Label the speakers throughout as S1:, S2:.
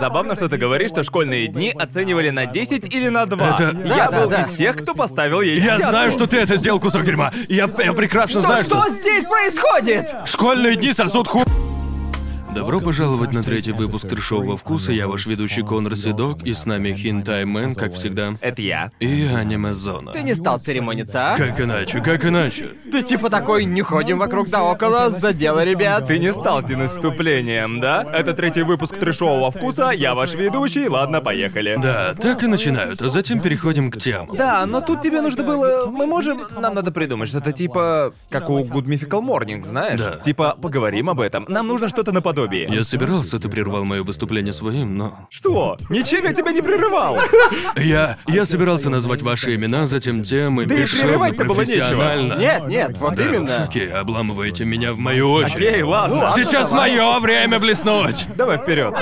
S1: Забавно, что ты говоришь, что школьные дни оценивали на 10 или на 2.
S2: Это-
S1: Я
S3: Да,
S1: был
S3: да,
S1: из
S3: да.
S1: тех, кто поставил ей
S2: Я
S1: десятку.
S2: знаю, что ты это сделал, кусок дерьма. Я, я прекрасно
S3: Что,
S2: знаю, что...
S3: что здесь происходит?
S2: Школьные дни сосут ху... Добро пожаловать на третий выпуск трешового вкуса. Я ваш ведущий Конор Седок, и с нами Хинтай Мэн, как всегда.
S1: Это я.
S2: И аниме Зона.
S3: Ты не стал церемониться, а?
S2: Как иначе, как иначе?
S3: Ты типа такой, не ходим вокруг да около, за дело, ребят.
S1: Ты не стал тянуть вступлением, да? Это третий выпуск трешового вкуса, я ваш ведущий, ладно, поехали.
S2: Да, так и начинают, а затем переходим к темам.
S1: Да, но тут тебе нужно было... Мы можем... Нам надо придумать что-то типа... Как у Good Mythical Morning, знаешь?
S2: Да.
S1: Типа, поговорим об этом. Нам нужно что-то наподобие.
S2: Я собирался, ты прервал мое выступление своим, но...
S1: Что? Ничем я тебя не прерывал.
S2: Я... я собирался назвать ваши имена, затем темы,
S1: Да и
S2: бесшовно,
S1: прерывать-то было нечего.
S2: профессионально.
S3: Нет, нет, вот
S2: Да,
S3: именно.
S2: Шутки, обламываете меня в мою очередь.
S1: Окей, ладно.
S2: Сейчас мое время блеснуть!
S1: Давай вперед.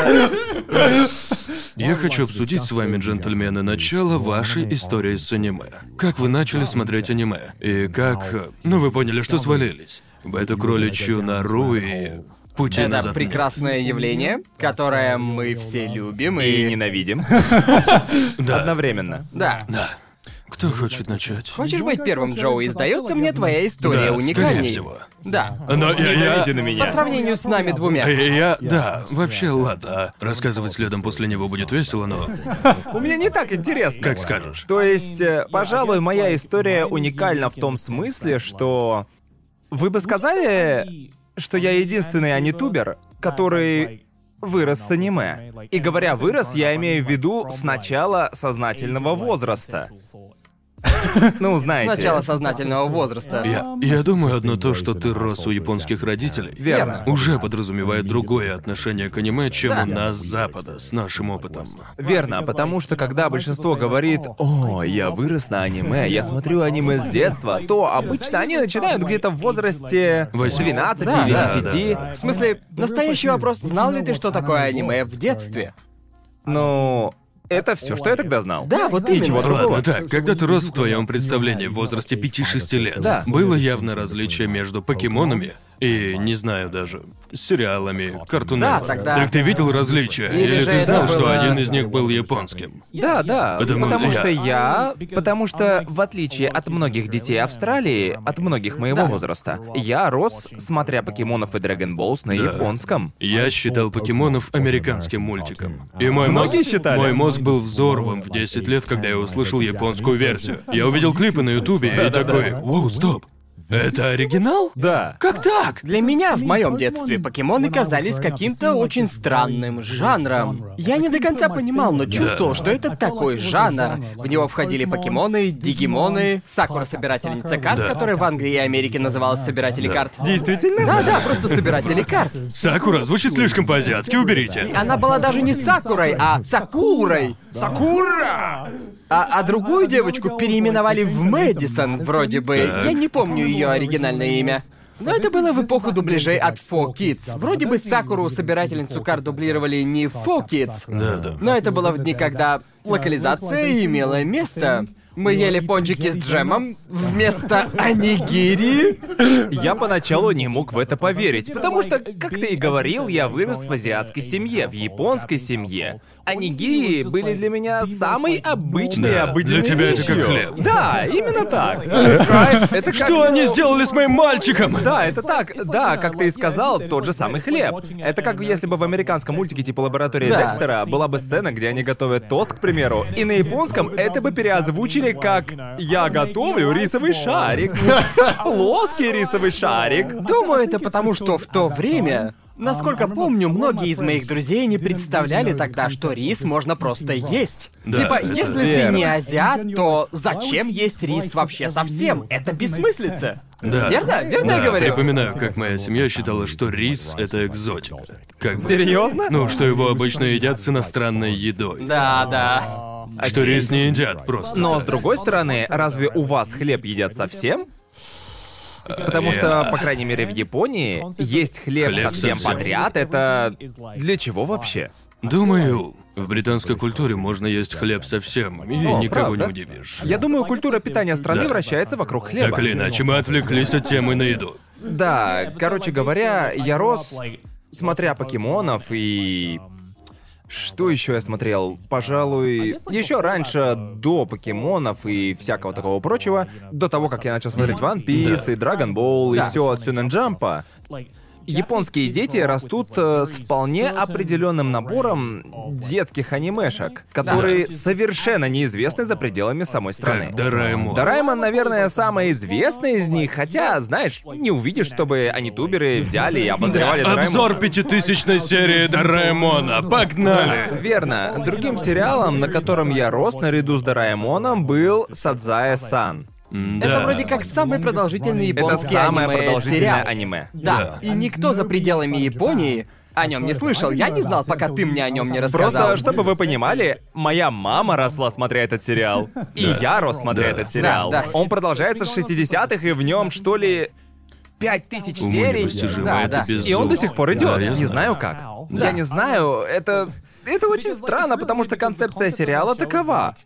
S2: Я хочу обсудить с вами, джентльмены, начало вашей истории с аниме. Как вы начали смотреть аниме? И как... э, Ну, вы поняли, что свалились. В эту кроличью нору и... Пути назад
S3: Это
S2: нет.
S3: прекрасное явление, которое мы все любим
S1: И
S3: и...
S1: ненавидим.
S2: Да.
S1: Одновременно.
S3: Да.
S2: Да. Кто хочет начать?
S3: Хочешь быть первым, Джоуи? Сдается мне твоя история
S2: Да, скорее
S3: уникальней.
S2: всего.
S3: Да.
S2: Но я...
S1: Ненавиди на
S2: я...
S3: По
S1: меня.
S3: сравнению с нами двумя.
S2: Э, Я, да, вообще, ладно, рассказывать следом после него будет весело, но
S1: У меня не так интересно.
S2: как скажешь.
S1: То есть, э, пожалуй, моя история уникальна в том смысле, что... Вы
S4: Ну,
S1: бы сказали, что я единственный анитубер, который вырос с аниме. И говоря «вырос», я имею в виду с начала сознательного возраста. Ну,
S3: С
S1: знаете.
S3: начала сознательного возраста.
S2: Я, я думаю, одно то, что ты рос у японских родителей,
S1: Верно.
S2: уже подразумевает другое отношение к аниме, чем у нас с Запада, с нашим опытом.
S1: Верно, потому что когда большинство говорит «О, я вырос на аниме, я смотрю аниме с детства», то обычно они начинают где-то в возрасте
S2: Восьми.
S1: 12
S3: Да, да,
S1: или 10.
S2: да.
S3: В смысле, настоящий вопрос, знал ли ты, что такое аниме в детстве?
S1: Ну, это все, что я тогда знал.
S3: Да, вот именно.
S1: Ничего другого.
S2: Ладно, так, когда ты рос в твоем представлении в возрасте 5-6 лет,
S1: Да.
S2: было явно различие между покемонами и, не знаю даже, сериалами, картунами.
S3: Да, тогда-
S2: Так ты видел различия?
S3: Или
S2: Или,
S3: же
S2: ты
S3: это
S2: знал, что
S3: было-
S2: один из них был японским?
S1: Да, да,
S2: Потому
S1: потому,
S2: я-
S1: что я... Потому что, в отличие от многих детей Австралии, от многих моего
S3: Да.
S1: возраста, я рос, смотря покемонов и Dragon Balls на японском.
S2: Я считал покемонов американским мультиком. И мой
S1: А, Многие
S2: мозг,
S1: считали.
S2: мой мозг был взорван в 10 лет, когда я услышал японскую версию. Я увидел клипы на ютубе и такой, «Воу, стоп! Это оригинал?
S1: Да.
S2: Как так?»
S3: Для меня в моем детстве покемоны казались каким-то очень странным жанром. Я не до конца понимал, но чувствовал, что это такой жанр. В него входили покемоны, дигимоны, сакура-собирательница карт,
S2: Да.
S3: которая в Англии и Америке называлась собиратели карт.
S1: Действительно?
S3: Да, да, просто собиратели карт.
S2: Сакура звучит слишком по-азиатски, уберите.
S3: Она была даже не Сакурой, а Сакурой. Сакура! А, а другую девочку переименовали в Мэдисон, вроде бы.
S2: Так.
S3: Я не помню ее оригинальное имя. Но это было в эпоху дубляжей от Fo Kids. Вроде бы Сакуру собирательницу кар дублировали не Fo Kids.
S2: Да-да.
S3: Но это было в дни, когда локализация имела место. Мы ели пончики с джемом вместо анигири.
S1: Я поначалу не мог в это поверить, потому что, как ты и говорил, я вырос в азиатской семье, в японской семье. А нигири были для меня самой обычной и
S2: Да,
S1: обыденной
S2: для тебя это
S1: вещью.
S2: как хлеб.
S1: Да, именно так. Right? Это как,
S2: Что они
S1: ну,
S2: сделали с моим мальчиком?
S1: Да, это так. Да, как ты и сказал, тот же самый хлеб. Это как если бы в американском мультике типа «Лаборатория
S3: Да.
S1: Декстера» была бы сцена, где они готовят тост, к примеру, и на японском это бы переозвучили как «Я готовлю рисовый шарик». Плоский рисовый шарик.
S3: Думаю, это потому, что в то время, насколько помню, многие из моих друзей не представляли тогда, что рис можно просто есть.
S2: Да,
S3: типа,
S2: это
S3: если ты
S1: верно.
S3: не азиат, то зачем есть рис вообще совсем? Это бессмыслица.
S2: Да.
S3: Верно? Верно я
S2: Да,
S3: говорю?
S2: Припоминаю, как моя семья считала, что рис — это экзотика. Как бы-
S1: Серьезно?
S2: Ну, что его обычно едят с иностранной едой.
S3: Да, да.
S2: Что рис не едят просто.
S1: Но с другой стороны, разве у вас хлеб едят совсем? Потому что, по крайней мере, в Японии есть хлеб,
S2: Хлеб
S1: совсем
S2: совсем.
S1: подряд. Это для чего вообще?
S2: Думаю, в британской культуре можно есть хлеб совсем, и
S1: О,
S2: никого
S1: правда?
S2: не удивишь.
S1: Я думаю, культура питания страны
S2: Да.
S1: вращается вокруг хлеба.
S2: Так или
S1: ну,
S2: иначе, мы отвлеклись от темы на еду.
S1: Да, короче говоря, я рос, смотря покемонов и Что еще я смотрел? Пожалуй, еще раньше, до покемонов и всякого такого прочего, до того, как я начал смотреть One Piece и Dragon Ball и
S3: Да.
S1: все от Сюнэн Джампа, а, японские дети растут э, с вполне определенным набором детских анимешек, которые совершенно неизвестны за пределами самой страны.
S2: Как Дораэмон.
S1: Дораймон, наверное, самая известная из них, хотя, знаешь, не увидишь, чтобы они туберы взяли и обозревали Дораэмон.
S2: Обзор пятитысячной серии Дораэмона. Погнали!
S1: Верно. Другим сериалом, на котором я рос наряду с Дораэмоном, был Садзая Сан.
S3: Это вроде как самый продолжительный
S1: Это
S3: японский
S1: самое
S3: аниме
S1: продолжительное
S3: сериал.
S1: аниме.
S3: Да, и никто за пределами Японии о нем не слышал. Я не знал, пока ты мне о нем не рассказал.
S1: Просто, чтобы вы понимали, моя мама росла, смотря этот сериал. И я рос, смотря
S2: Да.
S1: этот сериал.
S3: Да, да.
S1: Он продолжается с 60-х, и в нем, что ли, 5000
S2: Уму
S1: серий.
S2: непостижимо,
S3: Да,
S2: это
S3: да.
S2: безумно.
S1: И он до сих пор идет.
S2: Да, я
S1: не
S2: знаю.
S1: знаю как.
S4: Да.
S1: Я не знаю, это. Это очень странно, потому что концепция сериала такова.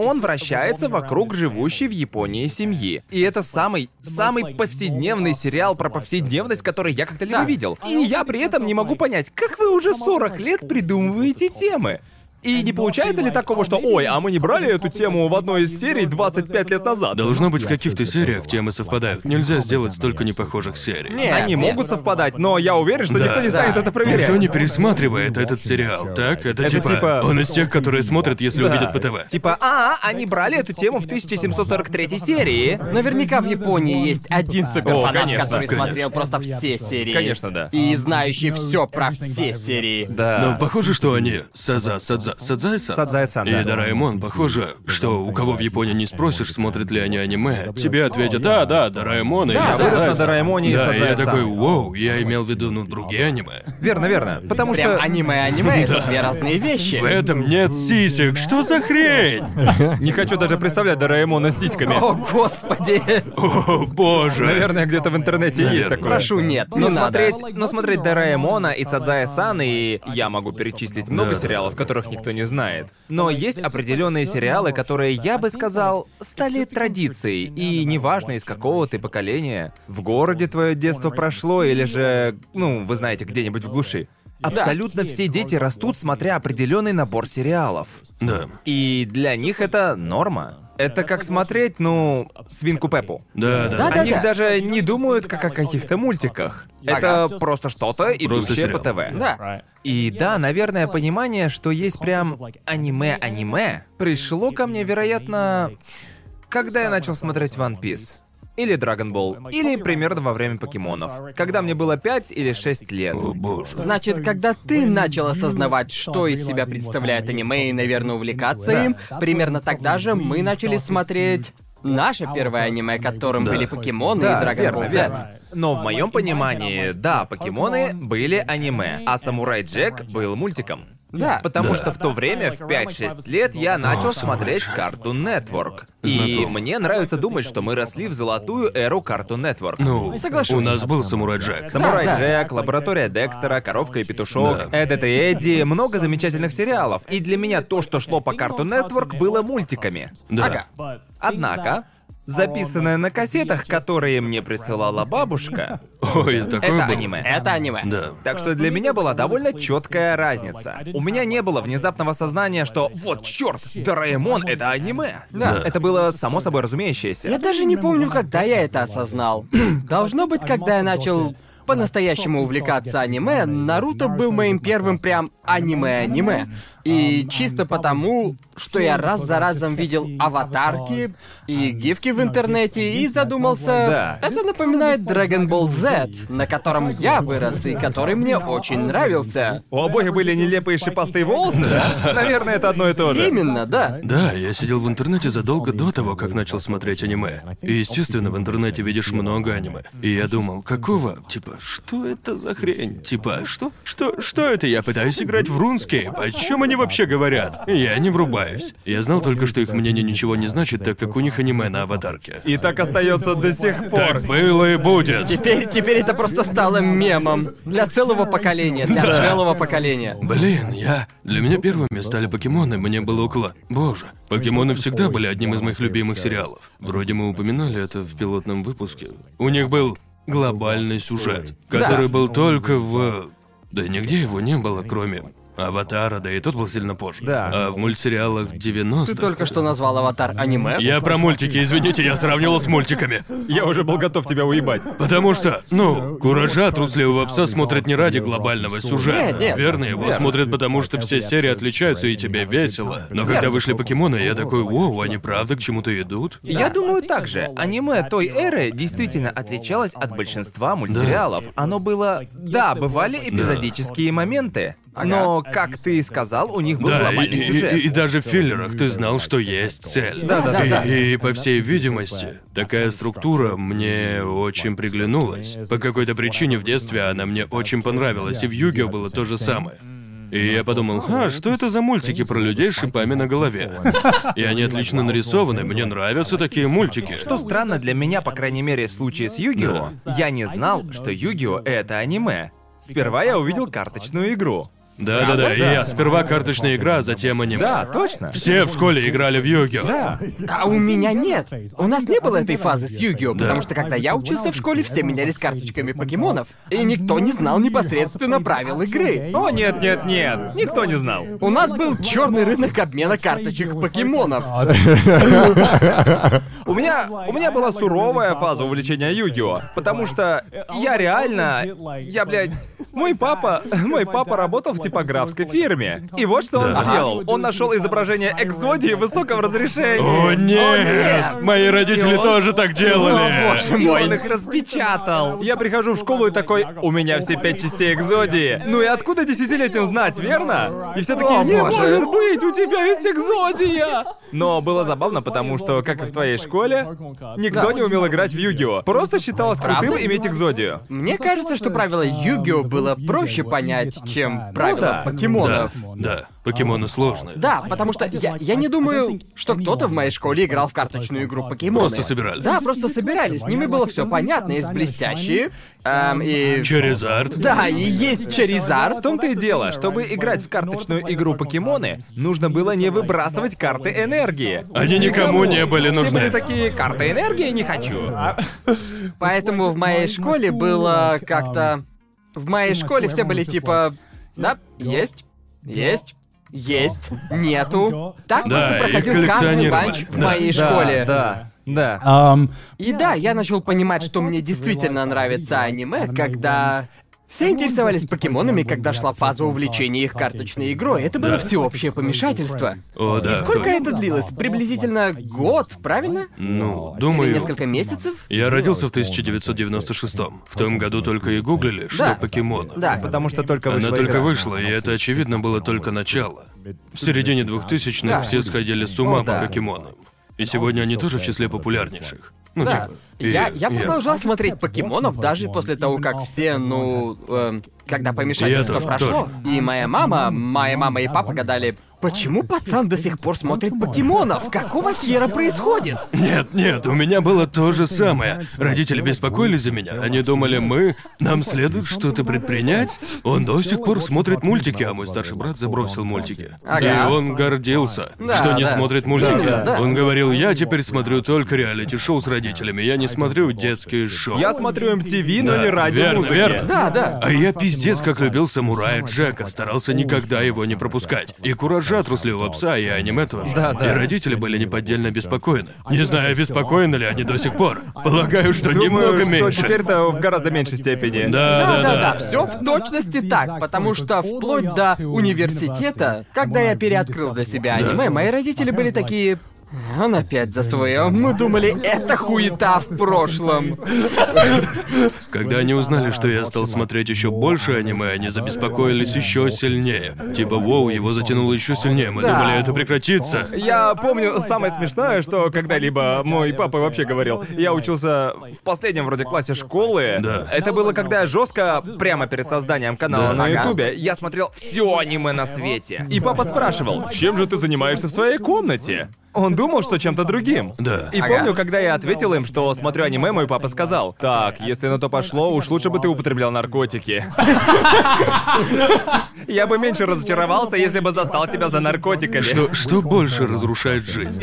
S1: Он вращается вокруг живущей в Японии семьи. И это самый, самый повседневный сериал про повседневность, который я когда-либо
S3: Да.
S1: видел. И я при этом не могу понять, как вы уже 40 лет придумываете темы. И не получается ли такого, что «Ой, а мы не брали эту тему в одной из серий 25 лет назад?»
S2: Должно быть, в каких-то сериях темы совпадают. Нельзя сделать столько непохожих серий.
S3: Не,
S1: Они
S3: нет.
S1: могут совпадать, но я уверен, что
S2: Да.
S1: никто не станет
S3: Да.
S1: это проверять.
S2: Никто не пересматривает этот сериал, так? Это,
S1: Это
S2: типа,
S1: типа-
S2: Он из тех, которые смотрят, если
S1: Да.
S2: увидят по ТВ.
S1: Типа, а, они брали эту тему в 1743 серии. Ну,
S3: Наверняка в Японии есть один суперфанат,
S1: О, конечно,
S3: который
S2: конечно.
S3: смотрел просто все серии.
S1: Конечно, да.
S3: И знающий все про все серии.
S2: Но похоже, что они Саза, Садза, Садзайсан
S1: Садзай-сан, да.
S2: и Дораэмон, похоже, что у кого в Японии не спросишь, смотрят ли они аниме, тебе ответят, а, да, Дораэмон и
S1: Да,
S2: Садзай-сан».
S1: вырос на Дораэмоне и
S2: Да, я
S1: Садзай-сан.
S2: такой, вау, я имел в виду, ну, другие аниме.
S1: Верно, верно. Потому
S3: Прям
S1: что
S3: аниме и аниме это две разные вещи.
S2: В этом нет сисек, что за хрень?
S1: не хочу даже представлять Дораэмона с сиськами.
S3: О, господи!
S2: О, боже.
S1: Наверное, где-то в интернете есть
S2: Наверное.
S1: такое.
S3: Прошу, нет,
S1: Но
S3: не надо.
S1: Ну, смотреть, но смотреть Дораэмона и Садзая Сан, и я могу перечислить много
S2: Да. Ну,
S1: сериалов, которых никто не знает. Но есть определенные сериалы, которые, я бы сказал, стали традицией. И неважно, из какого ты поколения, в городе твое детство прошло, или же, ну, вы знаете, где-нибудь в глуши. Абсолютно все дети растут, смотря определенный набор сериалов.
S2: Да.
S1: И для них это норма. Это как смотреть, ну, свинку Пеппу.
S2: Да, да.
S3: Да,
S1: О них даже не думают как о каких-то мультиках. Это
S3: Ага.
S1: просто что-то, идущее по
S2: сериал.
S1: ТВ.
S3: Да.
S1: И да, наверное, понимание, что есть прям аниме-аниме, пришло ко мне, вероятно, когда я начал смотреть One Piece. Или Dragon Ball. Или примерно во время покемонов. Когда мне было 5 или 6 лет.
S2: О, боже.
S3: Значит, когда ты начал осознавать, что из себя представляет аниме и, наверное, увлекаться им, примерно тогда же мы начали смотреть наше первое аниме, которым
S2: Да.
S3: были покемоны
S1: Да,
S3: Ну и Dragon
S1: верно,
S3: Ball Z.
S1: верно. Но в моем понимании, да, покемоны были аниме, а Самурай Джек был мультиком.
S3: Да.
S1: Потому
S2: Да.
S1: что в то время, в 5-6 лет, я начал смотреть Cartoon Network. И
S2: Знакомо.
S1: мне нравится думать, что мы росли в золотую эру Cartoon Network.
S2: Ну,
S3: Соглашусь.
S2: у нас был Самурай Джек.
S1: Самурай
S3: Да, да.
S1: Джек, Лаборатория Декстера, Коровка и Петушок,
S2: Да.
S1: Эд и Эдди, много замечательных сериалов. И для меня то, что шло по Cartoon Network, было мультиками.
S2: Да.
S3: Ага.
S1: Однако, записанное на кассетах, которые мне присылала бабушка,
S2: Ой, такой
S1: это
S2: был.
S1: аниме.
S3: Это аниме.
S2: Да.
S1: Так что для меня была довольно четкая разница. У меня не было внезапного сознания, что вот черт, Дораэмон это аниме.
S3: Да.
S1: Это было само собой разумеющееся.
S3: Я даже не помню, когда я это осознал. Должно быть, когда я начал по-настоящему увлекаться аниме, Наруто был моим первым прям аниме-аниме. И чисто потому, что я раз за разом видел аватарки и гифки в интернете и задумался,
S1: Да.
S3: это напоминает Dragon Ball Z, на котором я вырос и который мне очень нравился.
S1: У обоих были нелепые шипастые волосы. Наверное, это одно и то же.
S3: Именно, да.
S2: Да, я сидел в интернете задолго до того, как начал смотреть аниме. И, естественно, в интернете видишь много аниме. И я думал, какого? Типа, что это за хрень? Типа, что? Что? Что это? Я пытаюсь играть в рунскейп. О чем они вообще говорят? Я не врубаюсь. Я знал только, что их мнение ничего не значит, так как у них аниме на аватарке.
S1: И так остается до сих пор.
S2: Так было и будет.
S3: Теперь, теперь это просто стало мемом для целого поколения, для целого поколения.
S2: Блин, я... Для меня первыми стали покемоны, мне было около... Боже, покемоны всегда были одним из моих любимых сериалов. Вроде мы упоминали это в пилотном выпуске. У них был глобальный сюжет, который был только в... Да нигде его не было, кроме Аватара, да и тот был сильно позже.
S1: Да.
S2: А в мультсериалах 90-х...
S3: Ты только что назвал аватар аниме?
S2: Я про мультики, извините, я сравнивал с мультиками.
S1: Я уже был готов тебя уебать.
S2: Потому что, ну, куража трусливого пса смотрят не ради глобального сюжета.
S3: Нет, нет.
S2: Верно, его
S1: Верно.
S2: смотрят, потому что все серии отличаются и тебе весело. Но когда вышли покемоны, я такой, вау, они правда к чему-то идут?
S1: Да.
S4: Я думаю так же. Аниме той эры действительно отличалось от большинства мультсериалов. Оно было...
S1: Да, бывали эпизодические моменты. Но, как ты сказал, у них был
S2: Да, и,
S1: глобальный
S2: и-
S1: сюжет.
S2: и- и даже в филлерах ты знал, что есть цель.
S1: Да, да,
S2: и,
S1: да.
S2: и, по всей видимости, такая структура мне очень приглянулась. По какой-то причине в детстве она мне очень понравилась, и в Югио было то же самое. И я подумал, а что это за мультики про людей с шипами на голове? И они отлично нарисованы, мне нравятся такие мультики.
S1: Что странно для меня, по крайней мере, в случае с Югио, я не знал, что Югио — это аниме. Сперва я увидел карточную игру.
S2: Да-да-да, и я сперва карточная игра, а затем аниме.
S1: Да, точно.
S2: Все в школе играли в Югио.
S1: Да.
S3: А у меня нет. У нас не было этой фазы с Югио,
S4: Да.
S3: потому что когда я учился в школе, все менялись карточками покемонов, и никто не знал непосредственно правил игры.
S1: О, нет, нет, нет. Никто не знал.
S3: У нас был черный рынок обмена карточек покемонов.
S1: У меня, у меня была суровая фаза увлечения Югио, потому что я реально, я, блядь, мой папа, мой папа работал в типографской фирме. И вот что он
S2: Да.
S1: сделал. Он нашел изображение экзодии в высоком разрешении.
S2: О нет!
S3: нет!
S2: Мои родители тоже так
S3: О,
S2: делали.
S3: боже
S1: И
S3: мой.
S1: он их распечатал. Я прихожу в школу и такой, у меня все пять частей экзодии. Ну и откуда десятилетним знать, верно? И все такие,
S3: О,
S1: не
S3: боже.
S1: может быть, у тебя есть экзодия. Но было забавно, потому что, как и в твоей школе, никто
S4: Да.
S1: не умел играть в Югио. Просто считалось крутым
S3: Правда?
S1: иметь экзодию.
S3: Мне кажется, что правило Югио было проще понять, чем
S1: да.
S3: правила
S2: Ну Да,
S3: покемонов.
S2: да, покемоны сложные.
S3: А, Да, потому что я, я не думаю, что кто-то в моей школе играл в карточную игру покемоны.
S2: Просто собирали.
S3: Да, просто собирали. С ними было все понятно. Есть блестящие. эм, и...
S2: Черезард.
S3: Да, и есть Черезар.
S1: В том-то и дело, чтобы играть в карточную игру покемоны, нужно было не выбрасывать карты энергии.
S2: Они никому не были
S1: Все
S2: нужны.
S1: были А, такие, карты энергии не хочу.
S3: Поэтому в моей школе было как-то... В моей школе все были типа... Да, есть, есть, есть, нету. Так
S4: Да,
S3: просто
S2: их
S3: проходил каждый
S2: коллекционировали.
S3: ланч в
S2: Да.
S3: моей
S1: Да,
S3: школе.
S1: Да, да.
S3: И да, я начал понимать, что мне действительно нравится аниме, когда... Все интересовались покемонами, когда шла фаза увлечения их карточной игрой. Это было
S4: Да.
S3: всеобщее помешательство.
S2: О, да.
S3: Сколько
S2: точно.
S3: это длилось? Приблизительно год, правильно?
S2: Ну,
S3: Или
S2: думаю...
S3: несколько месяцев?
S2: Я родился в 1996-м. В том году только и гуглили, что
S3: Да.
S2: покемоны.
S3: Да.
S1: Потому что только
S2: Она
S1: вышла
S2: А, только
S1: игра.
S2: вышла, и это, очевидно, было только начало. В середине 2000-х
S3: Да.
S2: все сходили с ума
S1: О, да.
S2: по покемонам. И сегодня они тоже в числе популярнейших. Ну,
S3: Да.
S2: типа... и-
S3: Я, я продолжал смотреть покемонов даже после того, как все, ну, эм, когда помешательство
S2: Я тоже,
S3: прошло.
S4: тоже.
S3: И моя мама, моя мама и папа гадали, почему пацан до сих пор смотрит покемонов? Какого хера происходит?
S2: Нет, нет, у меня было то же самое. Родители беспокоились за меня. Они думали, мы, нам следует что-то предпринять. Он до сих пор смотрит мультики, а мой старший брат забросил мультики.
S3: Ага.
S2: И он гордился,
S3: Да,
S2: что не
S3: да.
S2: смотрит мультики.
S3: Да, да.
S2: Он говорил, я теперь смотрю только реалити-шоу с родителями, я не смотрю детские шоу.
S1: Я смотрю MTV, но
S2: Да,
S1: не ради
S2: верно,
S1: музыки.
S2: верно.
S3: Да, да.
S2: А я пиздец как любил самурая Джека, старался никогда его не пропускать. И куража трусливого пса, и аниме тоже.
S1: Да, да.
S2: И родители были неподдельно беспокоены. Не знаю, обеспокоены ли они до сих пор. Полагаю, что
S1: Думаю,
S2: немного
S1: что
S2: меньше.
S1: теперь-то в гораздо меньшей степени.
S2: Да, да,
S3: Да,
S2: да.
S3: да, все в точности так, потому что вплоть до университета, когда я переоткрыл для себя аниме, мои родители были такие. Он опять за свое. Мы думали, это хуета в прошлом.
S2: Когда они узнали, что я стал смотреть еще больше аниме, они забеспокоились еще сильнее. Типа, воу, его затянуло еще сильнее. Мы
S3: Да.
S2: думали, это прекратится.
S1: Я помню самое смешное, что когда-либо мой папа вообще говорил. Я учился в последнем вроде классе школы.
S2: Да.
S1: Это было когда я жестко, прямо перед созданием канала
S2: Да.
S1: на
S3: Ага.
S1: Ютубе, я смотрел все аниме на свете. И папа спрашивал, чем же ты занимаешься в своей комнате? Он думал, что чем-то другим.
S2: Да.
S1: И
S3: Ага.
S1: помню, когда я ответил им, что смотрю аниме, мой папа сказал, «Так, если на то пошло, уж лучше бы ты употреблял наркотики». Я бы меньше разочаровался, если бы застал тебя за наркотиками.
S2: Что, что больше разрушает жизнь?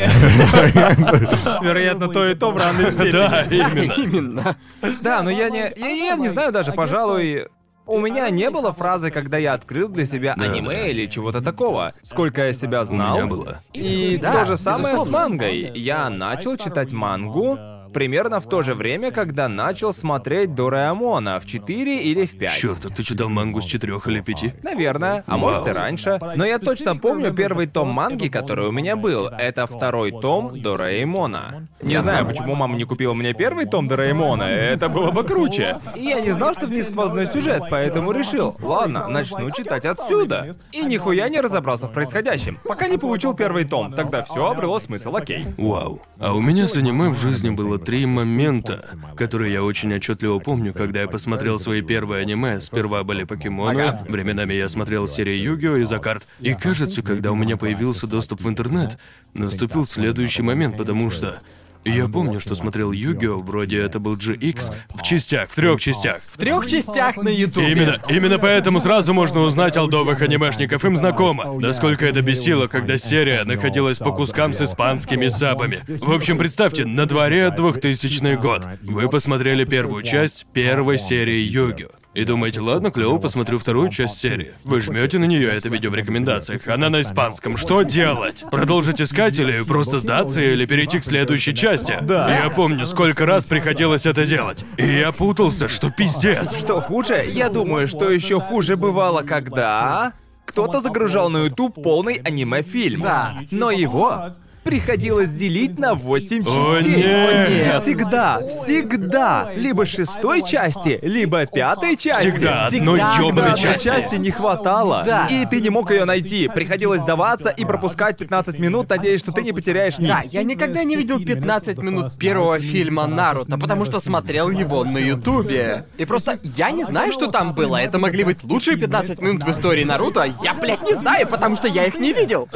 S1: Вероятно, то и то в равной степени.
S2: Да, именно.
S3: Именно.
S1: А Да, но я не... Я, я не знаю даже, пожалуй... У меня не было фразы, когда я открыл для себя
S4: Да,
S1: аниме
S4: да.
S1: или чего-то такого. Сколько я себя знал.
S2: меня было.
S1: И
S3: Да,
S1: то же самое с
S3: безусловно.
S1: мангой. Я начал читать мангу примерно в то же время, когда начал смотреть Дораэмона в 4 или в 5.
S2: Черт, так ты читал мангу с четырех или пяти?
S1: Наверное, а может и раньше. Но я точно помню первый том манги, который у меня был. Это второй том Дораэмона. Не знаю, почему мама не купила мне первый том Дораэмона, это было бы круче. И я не знал, что в ней сквозной сюжет, поэтому решил, ладно, начну читать отсюда. И нихуя не разобрался в происходящем. Пока не получил первый том, тогда все обрело смысл, окей.
S2: Вау. А у меня с аниме в жизни было три момента, которые я очень отчетливо помню, когда я посмотрел свои первые аниме. Сперва были покемоны, временами я смотрел серии Югио и Закарт. И кажется, когда у меня появился доступ в интернет, наступил следующий момент, потому что я помню, что смотрел Югио, вроде это был GX, в частях, в трех частях.
S3: В трех частях на Ютубе.
S2: Именно, именно поэтому сразу можно узнать олдовых анимешников, им знакомо. Насколько это бесило, когда серия находилась по кускам с испанскими сабами. В общем, представьте, на дворе 2000 год. Вы посмотрели первую часть первой серии Йоги. И думаете, ладно, клево, посмотрю вторую часть серии. Вы жмете на нее, это видео в рекомендациях. Она на испанском. Что делать? Продолжить искать или просто сдаться, или перейти к следующей части? Да. Я помню, сколько раз приходилось это делать. И я путался, что пиздец.
S1: Что хуже? Я думаю, что еще хуже бывало, когда кто-то загружал на YouTube полный аниме-фильм.
S3: Да.
S1: Но его приходилось делить на 8
S2: О,
S1: частей.
S2: нет.
S1: И Всегда, всегда, либо шестой части, либо пятой части.
S2: Всегда одной
S3: Всегда
S2: ёбаной
S1: Одной
S3: одной
S2: части.
S1: части не хватало.
S3: Да.
S1: И ты не мог ее найти. Приходилось даваться и пропускать 15 минут, надеясь, что ты не потеряешь нить.
S3: Да, я никогда не видел 15 минут первого фильма Наруто, потому что смотрел его на Ютубе. И просто а я не знаю, что там было. Это могли быть лучшие 15 минут в истории Наруто. Я, блядь, не знаю, потому что я их не видел.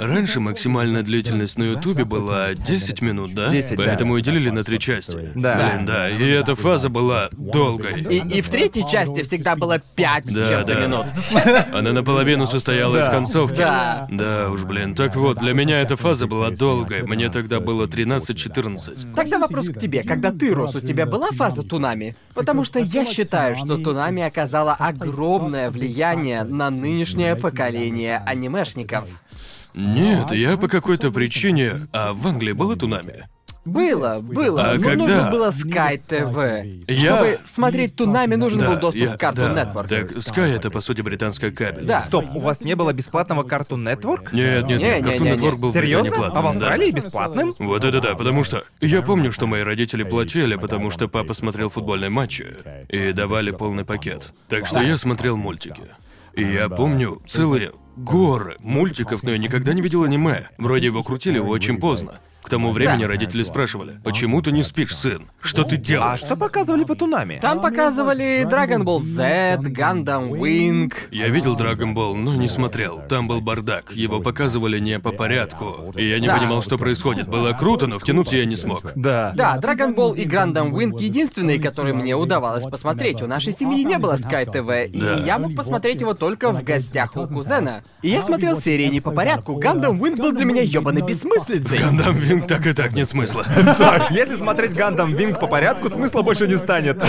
S2: Раньше максимальная длительность на Ютубе была 10 минут, да?
S1: 10, да.
S2: Поэтому и делили на три части.
S1: Да.
S2: Блин, да. И эта фаза была
S3: И,
S2: долгой.
S3: и в третьей части всегда было 5
S2: Да,
S3: чем-то
S2: да.
S3: минут.
S2: Она наполовину состояла из концовки.
S3: Да.
S2: Да уж, блин. Так вот, для меня эта фаза была долгой. Мне тогда было 13-14.
S3: Тогда вопрос к тебе. Когда ты рос, у тебя была фаза Тунами? Потому что я считаю, что Тунами оказала огромное влияние на нынешнее поколение анимешников.
S2: Нет, я по какой-то причине... А в Англии было Тунами?
S3: Было, было.
S2: А
S3: но
S2: когда?
S3: нужно было Sky TV.
S2: Я-
S3: Чтобы смотреть Тунами, нужен
S2: Да,
S3: был доступ
S2: я-
S3: к Cartoon
S2: да.
S3: Network.
S2: Так, Sky это, по сути, британская кабель.
S3: Да.
S1: Стоп, у вас не было бесплатного Cartoon Network?
S2: Нет, нет, нет,
S3: Не-не-не-не.
S2: Cartoon Network был в Британии
S1: Серьезно?
S2: платным,
S1: А в
S2: да.
S1: Австралии бесплатным?
S2: Вот это да, потому что я помню, что мои родители платили, потому что папа смотрел футбольные матчи и давали полный пакет. Так что я смотрел мультики. И я помню целые горы мультиков, но я никогда не видел аниме. Вроде его крутили очень поздно. К тому времени родители спрашивали, почему ты не спишь, сын? Что ты
S1: А
S2: делаешь?
S1: что показывали по Тунами?
S3: Там показывали Dragon Ball Z, Gundam Wing.
S2: Я видел Dragon Ball, но не смотрел. Там был бардак. Его показывали не по порядку. И я не
S3: Да.
S2: понимал, что происходит. Было круто, но втянуть я не смог.
S1: Да.
S3: Да, Dragon Ball и Gundam Wing единственные, которые мне удавалось посмотреть. У нашей семьи не было Sky TV, и
S2: Да.
S3: я мог посмотреть его только в гостях у кузена. И я смотрел серии не по порядку. Gundam Wing был для меня ёбаной бессмыслицей.
S2: Гандам Винг так и так нет смысла.
S1: Если смотреть Гандам Винг по порядку, смысла больше не станет.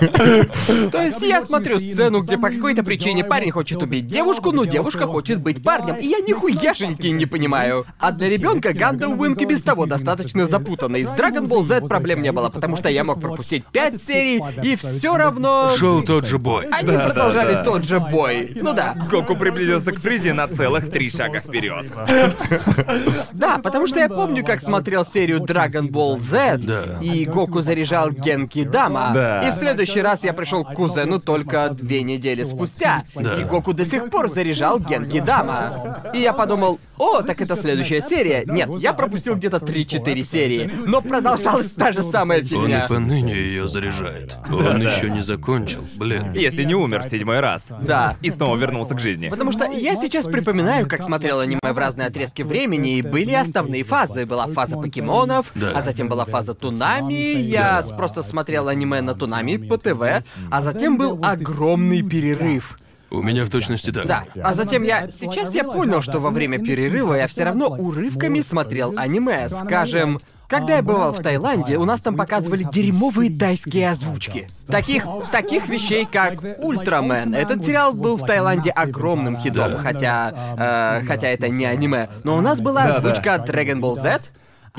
S3: То есть я смотрю сцену, где по какой-то причине парень хочет убить девушку, но девушка хочет быть парнем, и я нихуяшеньки не понимаю. А для ребенка Гандам Уинки без того достаточно запутанный. С Dragon Ball Z проблем не было, потому что я мог пропустить 5 серий, и все равно...
S2: Шел тот же бой.
S3: Они продолжали тот же бой. Ну да.
S1: Гоку приблизился к Фризе на целых три шага вперед.
S3: Да, потому что я помню, как смотрел серию Dragon Ball Z,
S2: Да.
S3: и Гоку заряжал Генки Дама.
S1: Да.
S3: И в следующий раз я пришел к кузену только две недели спустя.
S2: Да.
S3: И Гоку до сих пор заряжал Генки Дама. И я подумал, о, так это следующая серия. Нет, я пропустил где-то 3-4 серии, но продолжалась та же самая
S2: Он и
S3: фигня.
S2: поныне ее заряжает. Он еще не закончил, блин.
S1: Если не умер в седьмой раз.
S3: Да.
S1: И снова вернулся к жизни.
S3: Потому что я сейчас припоминаю, как смотрел аниме в разные отрезки времени, и были основные фазы. Была фаза покемонов,
S2: Да.
S3: а затем была фаза Тунами. Я с- просто смотрел аниме на Тунами по ТВ, а затем был огромный перерыв.
S2: У меня в точности так.
S3: Да, а затем я...
S2: Ну,
S3: Сейчас я понял, что во время перерыва я все равно урывками смотрел аниме. Скажем,
S2: А,
S3: Когда я бывал в Таиланде, у нас там показывали дерьмовые тайские озвучки. Таких, таких вещей, как Ультрамен. Этот сериал был в Таиланде огромным хитом,
S2: Да.
S3: хотя, э, хотя это не аниме. Но у нас была
S1: Да-да.
S3: озвучка от Dragon Ball Z,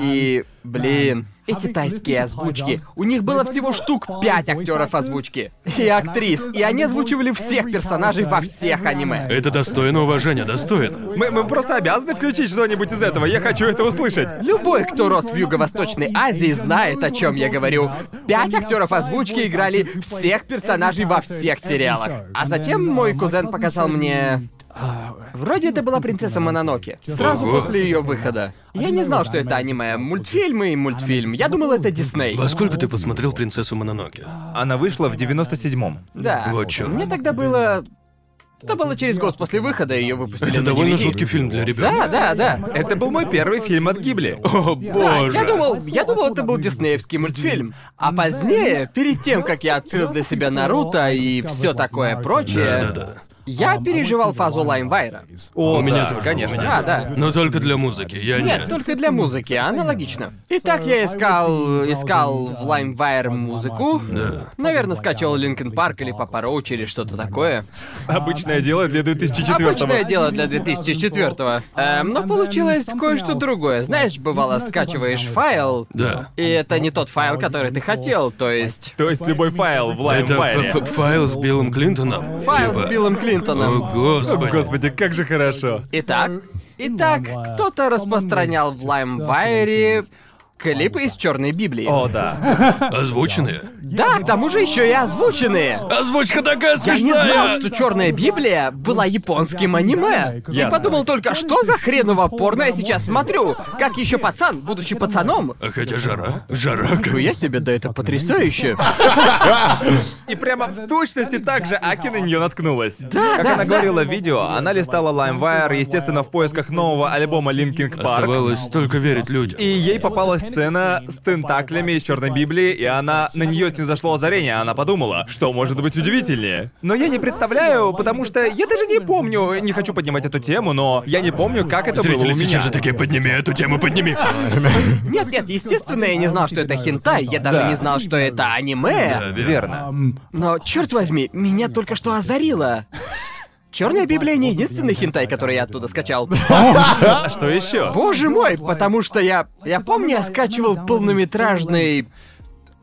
S2: А,
S3: и, блин, эти тайские озвучки. У них было всего штук пять актеров озвучки и актрис, и они озвучивали всех персонажей во всех аниме.
S2: Это достойно уважения, достойно.
S1: Мы, мы просто обязаны включить что-нибудь из этого, я хочу это услышать.
S3: Любой, кто рос в Юго-Восточной Азии, знает, о чем я говорю. Пять актеров озвучки играли всех персонажей во всех сериалах. А затем мой кузен показал мне... а, Вроде это была принцесса Мононоки. Сразу
S2: Ого.
S3: после ее выхода. Я не знал, что это аниме. Мультфильмы и мультфильм. Я думал, это Дисней.
S2: Во сколько ты посмотрел «Принцессу Мононоке»?
S1: Она вышла в 97-м.
S3: Да.
S2: Вот чёрт.
S3: Мне тогда было... Это было через год после выхода, ее выпустили
S2: Это
S3: на
S2: довольно
S3: DVD.
S2: жуткий фильм для ребят.
S3: Да, да, да.
S1: Это был мой первый фильм от Гибли.
S2: О, боже.
S3: Я думал, я думал, это был диснеевский мультфильм. А позднее, перед тем, как я открыл для себя Наруто и все такое прочее,
S2: Да-да-да.
S3: я переживал фазу Лаймвайра.
S1: О,
S2: У меня
S1: да,
S2: тоже,
S1: конечно.
S2: у меня
S3: Да, да.
S2: Но только для музыки, я
S3: Нет,
S2: не...
S3: только для музыки, аналогично. Итак, я искал, искал в Лаймвайр музыку.
S2: Да.
S3: Наверное, скачал Линкен Парк или Папа Роуч или что-то такое.
S1: Обычное дело для 2004
S3: Обычное дело для 2004-го. Эм, но получилось кое-что другое. Знаешь, бывало, скачиваешь файл,
S2: Да.
S3: и это не тот файл, который ты хотел, то есть...
S1: То есть любой файл в
S2: Это
S1: LimeWire.
S2: ф- ф- файл с Биллом Клинтоном?
S3: Файл
S2: Типа.
S3: с Биллом Клинтоном.
S2: О, господи.
S1: Господи, как же хорошо.
S3: Итак, итак, кто-то распространял в LimeWire клипы из черной Библии.
S1: О, да.
S2: Озвученные?
S3: Да, к тому же еще и озвученные.
S2: Озвучка такая
S3: Я не знал,
S2: смешная!
S3: что черная Библия была японским аниме. Я
S1: Ясно.
S3: подумал только, что за хреново порно я сейчас смотрю? Как еще пацан, будучи пацаном?
S2: А хотя жара. Жара как...
S3: Я себе, да это потрясающе.
S1: И прямо в точности так же Аки на нее наткнулась.
S3: Да,
S1: как
S3: да,
S1: она
S3: да.
S1: говорила в видео, она листала LimeWire, естественно, в поисках нового альбома
S2: А
S1: Linkin Park.
S2: Оставалось только верить людям.
S1: И ей попалась сцена с тентаклями из черной Библии, и она на нее снизошло озарение. Она подумала, что может быть удивительнее. Но я не представляю, потому что я даже не помню, не хочу поднимать эту тему, но я не помню, как это было у
S2: Зрители
S1: меня.
S2: сейчас же такие, подними эту тему, подними.
S3: Нет, нет, естественно, я не знал, что это хентай, я даже
S1: Да.
S3: не знал, что это аниме.
S1: Верно.
S3: Но, черт возьми, меня только что озарило. Черная Библия не единственный хентай, который я оттуда скачал.
S1: А что еще?
S3: Боже мой, потому что я. Я помню, я скачивал полнометражный.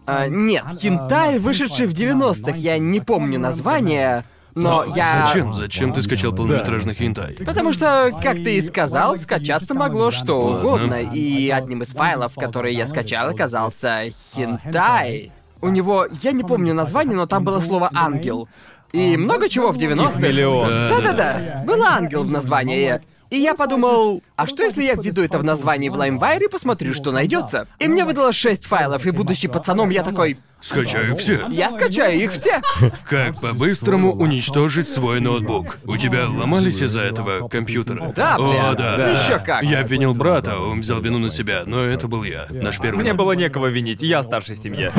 S3: а, нет, хентай, вышедший в 90-х. Я не помню название, но я.
S2: Зачем? Зачем ты скачал полнометражный хентай?
S3: Потому что, как ты и сказал, скачаться могло что
S2: Ладно.
S3: угодно, и одним из файлов, которые я скачал, оказался хентай. У него, я не помню название, но там было слово «ангел». И много чего в 90-х.
S1: миллион.
S3: Да-да-да, был ангел в названии. И я подумал, а что если я введу это в название в LimeWire и посмотрю, что найдется? И мне выдало шесть файлов, и будучи пацаном, я такой,
S2: Скачаю все.
S3: я скачаю их все.
S2: Как по-быстрому уничтожить свой ноутбук? У тебя ломались из-за этого компьютера?
S3: Да, бля.
S2: О, да.
S3: Да. Ещё как.
S2: Я обвинил брата, он взял вину на себя, но это был я. Наш первый...
S1: Мне
S2: ноут-
S1: было некого винить, я старший в семье.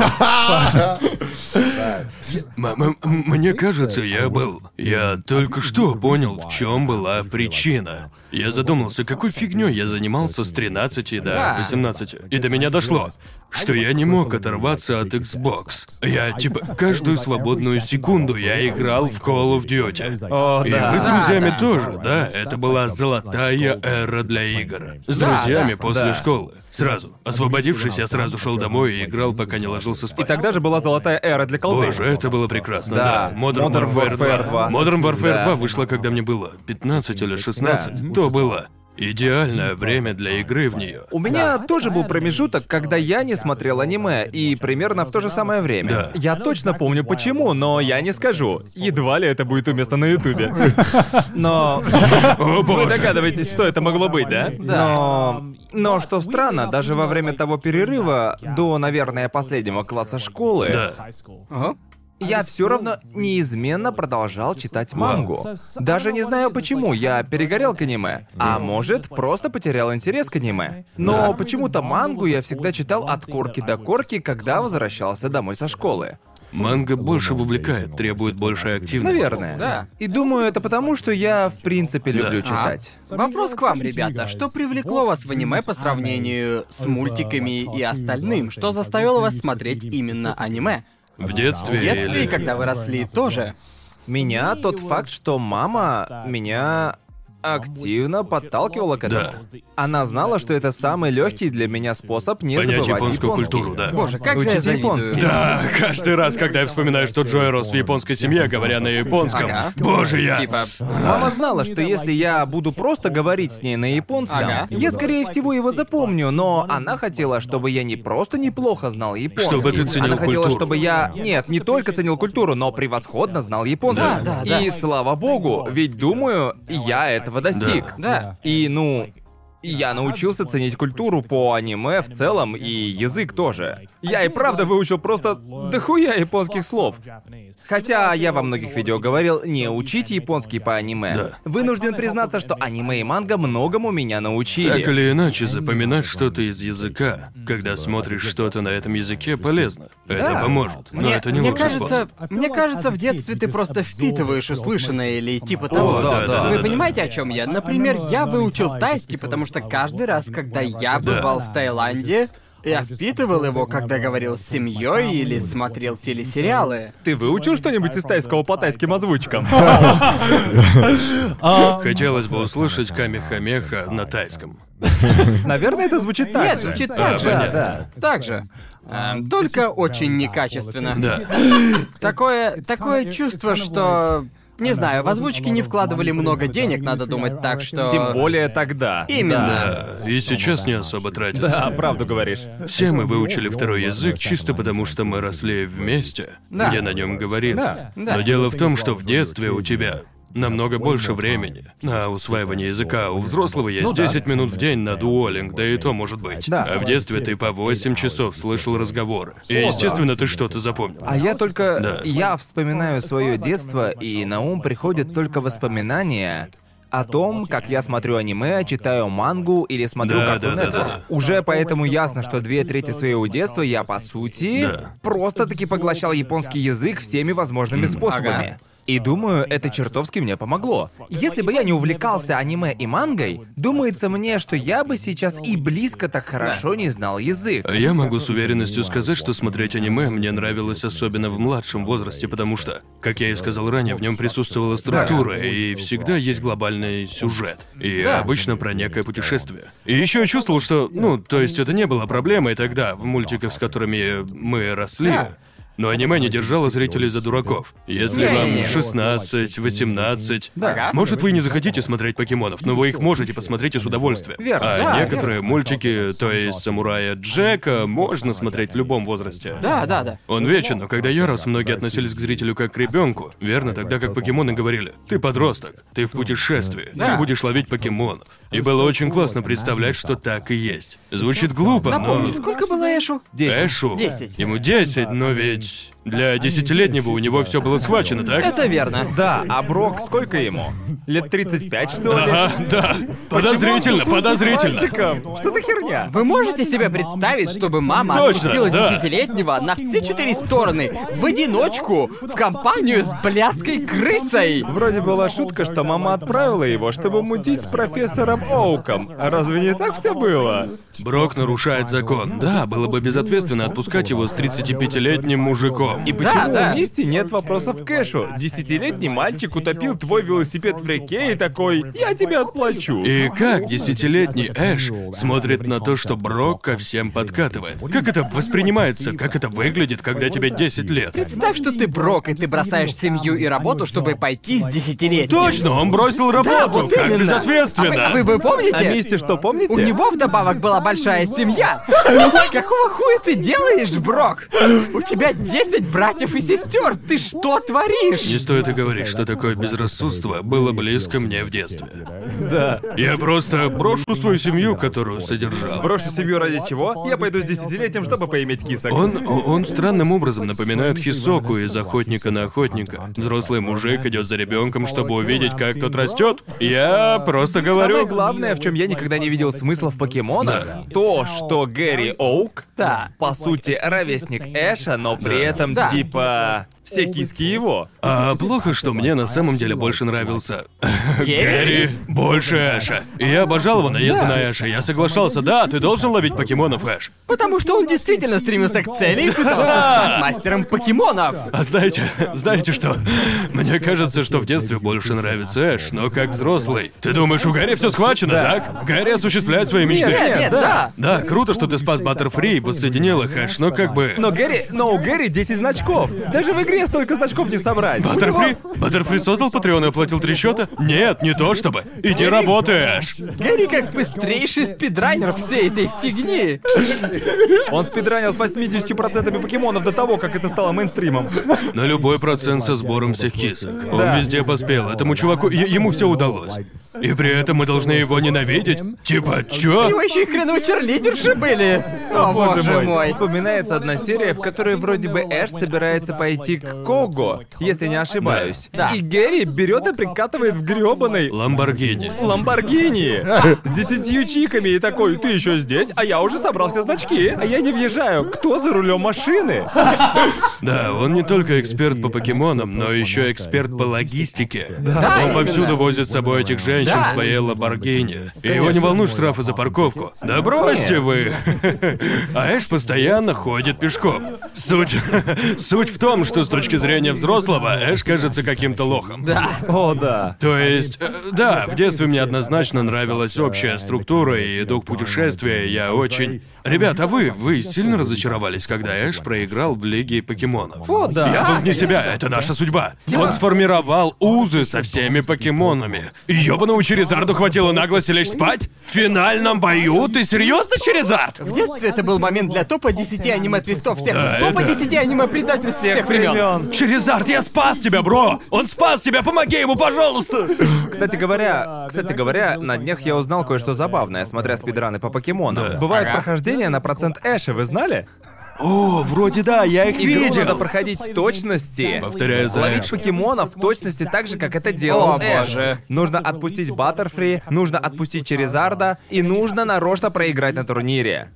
S2: М- м- м- Мне кажется, я был. Я только что понял, в чем была причина. Я задумался, какой фигней я занимался с 13 до
S3: Да.
S2: 18. И до меня дошло, что я не мог оторваться от Xbox. Я, типа, каждую свободную секунду я играл в Call of Duty.
S1: О,
S2: И
S1: да.
S2: вы с друзьями
S3: да.
S2: тоже, да? Это была золотая эра для игр. С
S3: Да,
S2: друзьями
S3: да,
S2: после
S1: да.
S2: школы. Сразу. Освободившись, я сразу шел домой и играл, пока не ложился спать.
S1: И тогда же была золотая эра для колды.
S2: Боже, это было прекрасно, да.
S1: Да.
S2: Modern,
S1: Modern
S2: Warfare 2.
S1: Warfare 2.
S2: Modern Warfare
S1: Да.
S2: 2 вышла, когда мне было 15 или 16. То было идеальное время для игры в нее.
S1: У меня тоже был промежуток, когда я не смотрел аниме, и примерно в то же самое время.
S2: Да.
S1: Я точно помню почему, но я не скажу. Едва ли это будет уместно на Ютубе. Но
S2: О
S1: вы
S2: боже!
S1: догадываетесь, что это могло быть, да? Но... Но что странно, даже во время того перерыва, до, наверное, последнего класса школы,
S2: Да.
S1: я все равно неизменно продолжал читать мангу. Даже не знаю почему, я перегорел к аниме. А может, просто потерял интерес к аниме. Но
S4: Да.
S1: почему-то мангу я всегда читал от корки до корки, когда возвращался домой со школы.
S2: Манга больше вовлекает, требует большей активности.
S1: Наверное.
S3: Да. А?
S1: И думаю, это потому, что я, в принципе, люблю
S2: Да.
S1: читать.
S3: Вопрос к вам, ребята. Что привлекло вас в аниме по сравнению с мультиками и остальным? Что заставило вас смотреть именно аниме?
S2: В детстве,
S3: В детстве,
S2: или...
S3: и когда вы росли, тоже.
S1: Меня тот факт, что мама меня активно подталкивала к этому. Она знала, что это самый легкий для меня способ не
S2: Понять
S1: забывать
S2: японскую
S1: японский.
S2: культуру, да.
S3: Боже, как же я
S1: Учите
S3: завидую.
S1: японский.
S2: Да, каждый раз, когда я вспоминаю, что Джой рос в японской семье, говоря на японском,
S3: Ага.
S2: боже я...
S3: Типа,
S1: Мама знала, что если я буду просто говорить с ней на японском,
S3: Ага.
S1: я, скорее всего, его запомню, но она хотела, чтобы я не просто неплохо знал японский.
S2: Чтобы ты ценил
S1: Она хотела,
S2: культуру.
S1: чтобы я... Нет, не только ценил культуру, но превосходно знал японский.
S3: Да, да, да.
S1: И слава богу, ведь, думаю, я этого достиг.
S3: да.
S1: И, ну, я научился ценить культуру по аниме в целом и язык тоже. Я и правда выучил просто дохуя японских слов. Хотя я во многих видео говорил, не учить японский по аниме.
S2: Да.
S1: Вынужден признаться, что аниме и манга многому меня научили.
S2: Так или иначе, запоминать что-то из языка, когда смотришь что-то на этом языке, полезно. Это
S1: Да.
S2: поможет, но
S3: Мне,
S2: это не
S3: мне
S2: лучший
S3: кажется,
S2: способ.
S3: мне кажется, в детстве ты просто впитываешь услышанное или типа того.
S2: О, да, да,
S3: Вы
S2: да, да.
S3: понимаете, о чем я? Например, я выучил тайский, потому что каждый раз, когда я бывал в Таиланде, я впитывал его, когда говорил с семьей или смотрел телесериалы.
S1: Ты выучил что-нибудь из тайского по тайским озвучкам?
S2: Хотелось бы услышать камехамеха на тайском.
S1: Наверное, это звучит так.
S3: Нет,
S1: же.
S3: звучит
S2: А,
S3: так же.
S2: понятно.
S1: да.
S3: Так же. Эм, Только очень некачественно.
S2: Да.
S3: Такое, такое чувство, что... Не знаю, в озвучке не вкладывали много денег, надо думать, так
S1: А,
S3: что...
S4: Тем
S1: Более тогда.
S3: Именно.
S2: А, И сейчас не особо
S1: Да,
S2: тратится.
S1: правду говоришь.
S2: Все мы выучили второй язык чисто потому, что мы росли вместе,
S3: Да.
S2: где на нем говорили.
S1: Да,
S3: да.
S2: Но дело в том, что в детстве у тебя намного больше времени на усваивание языка. У взрослого есть 10 минут в день на дуолинг, да и то может быть.
S1: Ну Да.
S2: А в детстве ты по 8 часов слышал разговоры. И, естественно, ты что-то запомнил.
S1: А я только...
S2: Да.
S1: Я вспоминаю свое детство, и на ум приходят только воспоминания о том, как я смотрю аниме, читаю мангу или смотрю
S2: Да,
S1: Cartoon
S2: да, да,
S1: Network.
S2: да, да.
S1: Уже поэтому ясно, что две трети своего детства я, по сути,
S2: Да.
S1: просто-таки поглощал японский язык всеми возможными способами.
S3: Ага.
S1: И думаю, это чертовски мне помогло. Если бы я не увлекался аниме и мангой, думается мне, что я бы сейчас и близко так хорошо не знал язык.
S2: А Я могу с уверенностью сказать, что смотреть аниме мне нравилось особенно в младшем возрасте, потому что, как я и сказал ранее, в нем присутствовала структура, и всегда есть глобальный сюжет. И обычно про некое путешествие. И еще я чувствовал, что, ну, то есть это не было проблемой тогда, в мультиках, с которыми мы росли.
S3: Да.
S2: Но аниме не держало зрителей за дураков. Если вам
S3: Не-не-не.
S2: 16, 18,
S3: Ага.
S2: может, вы и не захотите смотреть покемонов, но вы их можете посмотреть и с удовольствием.
S1: Верно.
S2: А
S3: Да,
S2: некоторые мультики, то есть самурая Джека, можно смотреть в любом возрасте.
S3: Да, да, да.
S2: Он вечен, но когда я рос, многие относились к зрителю как к ребенку, верно, тогда как покемоны говорили, ты подросток, ты в путешествии,
S3: Да.
S2: ты будешь ловить покемонов. И было очень классно представлять, что так и есть. Звучит глупо, но...
S3: Напомни, сколько было Эшу?
S2: Эшу,
S3: Десять.
S2: ему 10, но ведь для десятилетнего у него все было схвачено, так?
S3: Это верно.
S1: Да, а Брок сколько ему? Лет 35, что ли?
S2: Ага, да. Подозрительно, подозрительно.
S1: Мальчиком? Что за херня?
S3: Вы можете себе представить, чтобы мама
S2: Точно,
S3: отпустила
S2: да.
S3: десятилетнего на все четыре стороны в одиночку в компанию с блядской крысой?
S1: Вроде была шутка, что мама отправила его, чтобы мутить с профессором Оуком. А Разве не так все было?
S2: Брок нарушает закон. Да, было бы безответственно отпускать его с 35-летним мужиком. И
S3: Да,
S1: Почему
S3: да.
S1: у Мисти нет вопросов к Эшу? Десятилетний мальчик утопил твой велосипед в реке и такой «Я тебе отплачу».
S2: И как десятилетний Эш смотрит на то, что Брок ко всем подкатывает? Как это воспринимается? Как это выглядит, когда тебе 10 лет?
S3: Представь, что ты Брок, и ты бросаешь семью и работу, чтобы пойти с десятилетним.
S2: Точно, он бросил работу!
S3: Да, вот
S2: как
S3: именно. А вы,
S2: безответственно!
S3: а вы, вы помните?
S1: А Мисти что, помните?
S3: У него вдобавок была большая семья. Какого хуя ты делаешь, Брок? У тебя 10 братьев и сестер. Ты что
S2: Не
S3: творишь?
S2: стоит и говорить, что такое безрассудство было близко мне в детстве. Да. Я просто брошу свою семью, которую содержал.
S1: Брошу семью ради чего? Я пойду с десятилетним, чтобы поиметь кисок.
S2: Он, о- он странным образом напоминает Хисоку из охотника на охотника. Взрослый мужик идет за ребенком, чтобы увидеть, как тот растет. Я просто
S1: А, Самое
S2: говорю.
S1: главное, в чем я никогда не видел смысла в покемонах, то, что Гэри Оук, ну,
S3: Да.
S1: по сути, ровесник Эша, но при этом
S3: Да.
S1: Типа, все киски его.
S2: А плохо, что мне на самом деле больше нравился
S3: Герри.
S2: Гэри больше Эша. И я обожал его наезды на Эша. Я соглашался, да, ты должен ловить покемонов, Эш.
S3: Потому что он действительно стремился к цели и пытался стать мастером покемонов.
S2: А знаете, знаете что? Мне кажется, что в детстве больше нравится Эш, но как взрослый. Ты думаешь, у Гарри все схвачено, так? Гарри осуществляет свои мечты.
S3: Э, Нет, нет, да.
S2: Да, круто, что ты спас Баттерфри и воссоединил их, Эш, но как бы...
S1: Но Гэри, но у Гэри 10 значков. Даже в игре столько значков не собрать.
S2: Баттерфри? Баттерфри создал Патреон и оплатил три счета? Нет, не то чтобы. Иди работай, Эш.
S3: Гэри как быстрейший спидранер всей этой фигни.
S1: Он спидранил с 80% покемонов до того, как это стало мейнстримом.
S2: На любой процент со сбором всех кисок. Он везде поспел, этому чуваку, е- ему все удалось. И при этом мы должны его ненавидеть? Типа,
S3: У
S2: чё?
S3: него еще и хреново черлидерши были. О, боже мой.
S1: Вспоминается одна серия, в которой вроде бы Эш собирается пойти к Кого, если не ошибаюсь.
S3: Да.
S1: И Гэри берет и прикатывает в грёбаной
S2: Ламборгини.
S1: Ламборгини! С десятью чиками и такой, ты еще здесь, а я уже собрал все значки, а я не въезжаю. Кто за рулем машины?
S2: Да, он не только эксперт по покемонам, но еще эксперт по логистике.
S3: Да,
S2: он повсюду
S3: именно.
S2: возит с собой этих женщин
S3: Да.
S2: в своей Ламборгини. И его не волнуют штрафы за парковку. Да бросьте вы! А Эш постоянно ходит пешком. Суть... Суть в том, что с точки зрения взрослого Эш кажется каким-то лохом.
S3: Да.
S1: О, да.
S2: То есть, э, да, в детстве мне однозначно нравилась общая структура и дух путешествия, я очень... Ребят, а вы, вы сильно разочаровались, когда Эш проиграл в Лиге покемонов?
S1: О, да.
S2: Я был вне себя, это наша судьба. Он сформировал узы со всеми покемонами. Ёбаному Черезарду хватило наглости лечь спать? В финальном бою? Ты серьезно, Черезард?
S3: В детстве это был момент для топа 10 аниме-твистов всех.
S2: Да,
S3: топа
S2: это-
S3: 10 аниме-предательств всех времен.
S1: Времен.
S2: Черезард, я спас тебя, бро! Он спас тебя, помоги ему, пожалуйста!
S1: Кстати говоря, кстати говоря, на днях я узнал кое-что забавное, смотря спидраны по покемонам.
S2: Да.
S1: Бывает
S3: Ага.
S1: прохождение на процент Эша, вы знали?
S2: О, вроде да, я их
S1: Игру
S2: видел.
S1: надо проходить в точности.
S2: Повторяю за
S1: Ловить
S2: Эш.
S1: покемонов в точности так же, как это делал
S3: О,
S1: Эш.
S3: боже.
S1: Нужно отпустить Баттерфри, нужно отпустить Черезарда, и нужно нарочно проиграть на турнире.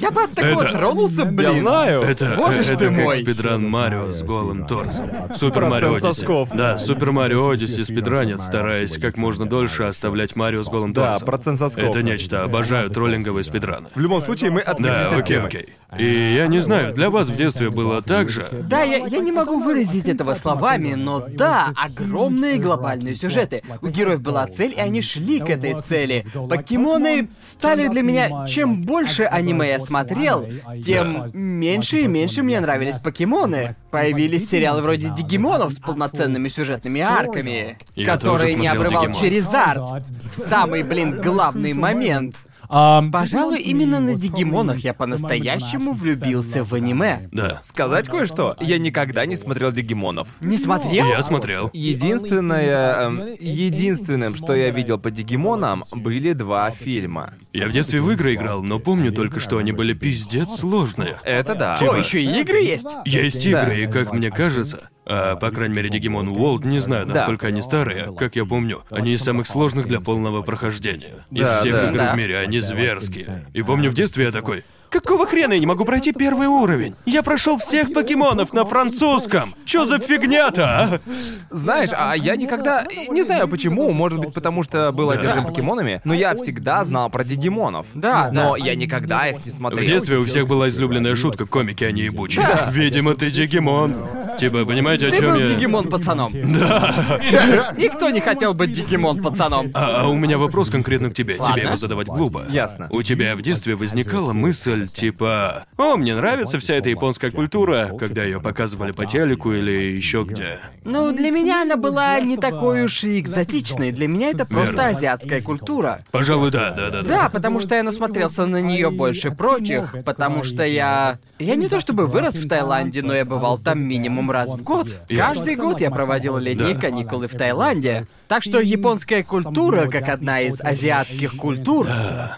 S3: Я бы от такого
S2: Это-
S3: тронулся, блин.
S1: Я знаю.
S2: Это,
S3: Боже ж
S2: это
S3: ты
S2: как
S3: мой.
S2: спидран Марио с голым торсом. Супер
S1: Процент
S2: Марио Одиссе.
S1: сосков.
S2: Да, Супер Марио Одиссе спидранят, стараясь как можно дольше оставлять Марио с голым
S1: Да,
S2: торсом.
S1: процент сосков.
S2: Это нечто, обожаю троллинговые спидраны.
S1: В любом случае, мы отвлеклись
S2: Да,
S1: от
S2: окей,
S1: темы.
S2: окей. И я не знаю, для вас в детстве было так же?
S3: Да, я, я не могу выразить этого словами, но да, огромные глобальные сюжеты. У героев была цель, и они шли к этой цели. Покемоны стали для меня... Чем больше аниме я смотрел, тем меньше и меньше мне нравились покемоны. Появились сериалы вроде Дигимонов с полноценными сюжетными арками,
S2: Я
S3: которые
S2: тоже
S3: не
S2: смотрел
S3: обрывал
S2: «Дигимон».
S3: Черезард. В самый, блин, главный момент.
S1: А,
S3: Пожалуй, именно на Дигимонах я по-настоящему влюбился в аниме.
S2: Да.
S1: Сказать кое-что? Я никогда не смотрел Дигимонов.
S3: Не смотрел?
S2: Я смотрел.
S1: Единственное, эм, единственным, что я видел по Дигимонам, были два фильма.
S2: Я в детстве в игры играл, но помню только, что они были пиздец сложные.
S1: Это да.
S3: О, еще и игры есть?
S2: Есть
S1: Да.
S2: игры, и как мне кажется, а, по крайней мере, Digimon World, не знаю, насколько они старые, как я помню, они из самых сложных для полного прохождения. Из
S1: Да,
S2: всех
S1: да.
S2: игр
S3: Да.
S2: в мире они зверские. И помню, в детстве я такой. Какого хрена я не могу пройти первый уровень? Я прошел всех покемонов на французском! Чё за фигня-то, а?
S1: Знаешь, а я никогда... Не знаю почему, может быть, потому что был одержим покемонами, но я всегда знал про Дигимонов.
S3: Да,
S1: Но
S3: да.
S1: я никогда их не
S2: В
S1: смотрел.
S2: детстве у всех была излюбленная шутка, комики они ебучие. Видимо, ты Дигимон. Типа, понимаете, о
S3: Ты
S2: чем
S3: был
S2: я?
S3: Дигимон пацаном. Да. Никто не хотел быть Дигимон пацаном.
S2: А, а у меня вопрос конкретно к тебе.
S3: Ладно.
S2: Тебе его задавать глупо.
S1: Ясно.
S2: У тебя в детстве возникала мысль типа, о, мне нравится вся эта японская культура, когда ее показывали по телеку или еще где.
S3: Ну, для меня она была не такой уж и экзотичной. Для меня это просто
S2: Верно.
S3: азиатская культура.
S2: Пожалуй, да, да, да,
S3: Да,
S2: да.
S3: потому что я насмотрелся на нее больше прочих, потому что я... Я не то чтобы вырос в Таиланде, но я бывал там минимум раз в год.
S2: Я-
S3: Каждый год я проводил летние
S2: Да.
S3: каникулы в Таиланде. Так что японская культура, как одна из азиатских культур,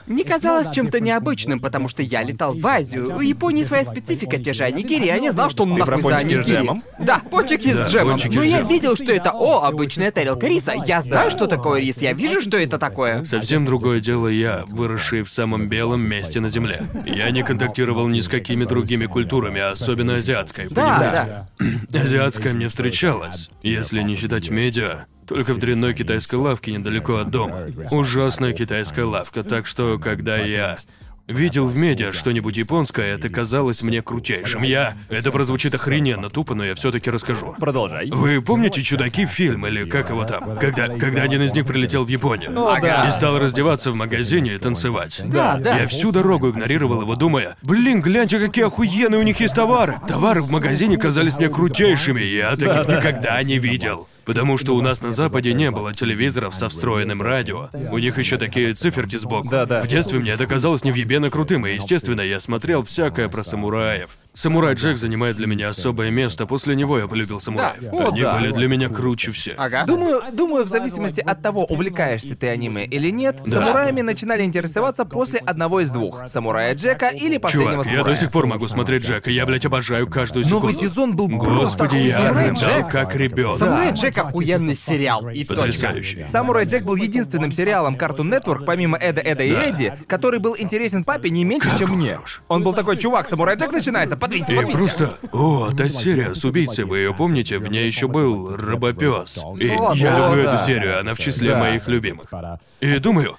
S3: не казалась чем-то необычным, потому что я прилетал в Азию. У Японии своя специфика, те же анигири, я не знал, что
S4: Ты про
S3: нахуй за
S4: пончики с
S3: анигири.
S4: джемом?
S3: Да, пончики
S2: Да,
S3: с джемом.
S2: пончики
S3: Но
S2: с
S3: я
S2: джемом.
S3: видел, что это, о, обычная тарелка риса. Я знаю, что такое рис, я вижу, что это такое.
S2: Совсем другое дело я, выросший в самом белом месте на Земле. Я не контактировал ни с какими другими культурами, особенно азиатской, понимаете?
S3: Да,
S2: Азиатская мне встречалась, если не считать медиа. Только в дрянной китайской лавке недалеко от дома. Ужасная китайская лавка, так что, когда я видел в медиа что-нибудь японское, это казалось мне крутейшим. Я... Это прозвучит охрененно тупо, но я все таки расскажу.
S4: Продолжай.
S2: Вы помните чудаки фильм или как его там? Когда, когда один из них прилетел в Японию
S3: да.
S2: и стал раздеваться в магазине и танцевать.
S3: Да, да.
S2: Я всю дорогу игнорировал его, думая, блин, гляньте, какие охуенные у них есть товары. Товары в магазине казались мне крутейшими, я таких никогда не видел. Потому что у нас на Западе не было телевизоров со встроенным радио. У них еще такие циферки сбоку.
S4: Да-да.
S2: В детстве мне это казалось невъебенно крутым, и, естественно, я смотрел всякое про самураев. Самурай Джек занимает для меня особое место, после него я полюбил самураев.
S3: Да.
S4: О,
S2: Они
S4: да.
S2: были для меня круче всех.
S3: ага.
S1: Думаю, думаю, в зависимости от того, увлекаешься ты аниме или нет, самураями начинали интересоваться после одного из двух. Самурая Джека или последнего
S2: Чувак, я
S1: самурая.
S2: до сих пор могу смотреть Джека, я, блядь, обожаю каждую секунду.
S1: Новый сезон был просто
S2: Господи, я
S1: охуенный.
S2: рыдал как ребенок.
S3: Самурай Джек охуенный сериал. И точка.
S2: Потрясающе.
S1: Самурай Джек был единственным сериалом Cartoon Network, помимо Эда, Эда и Эдди, который был интересен папе не меньше, чем мне. Он был такой, чувак, Самурай Джек начинается, подвиньте,
S2: И
S1: подвиньте.
S2: просто... О, та серия с убийцей, вы ее помните? В ней еще был Робопес. И
S3: О,
S2: я
S3: да.
S2: люблю
S1: Да.
S2: эту серию, она в числе
S1: Да.
S2: моих любимых. И думаю,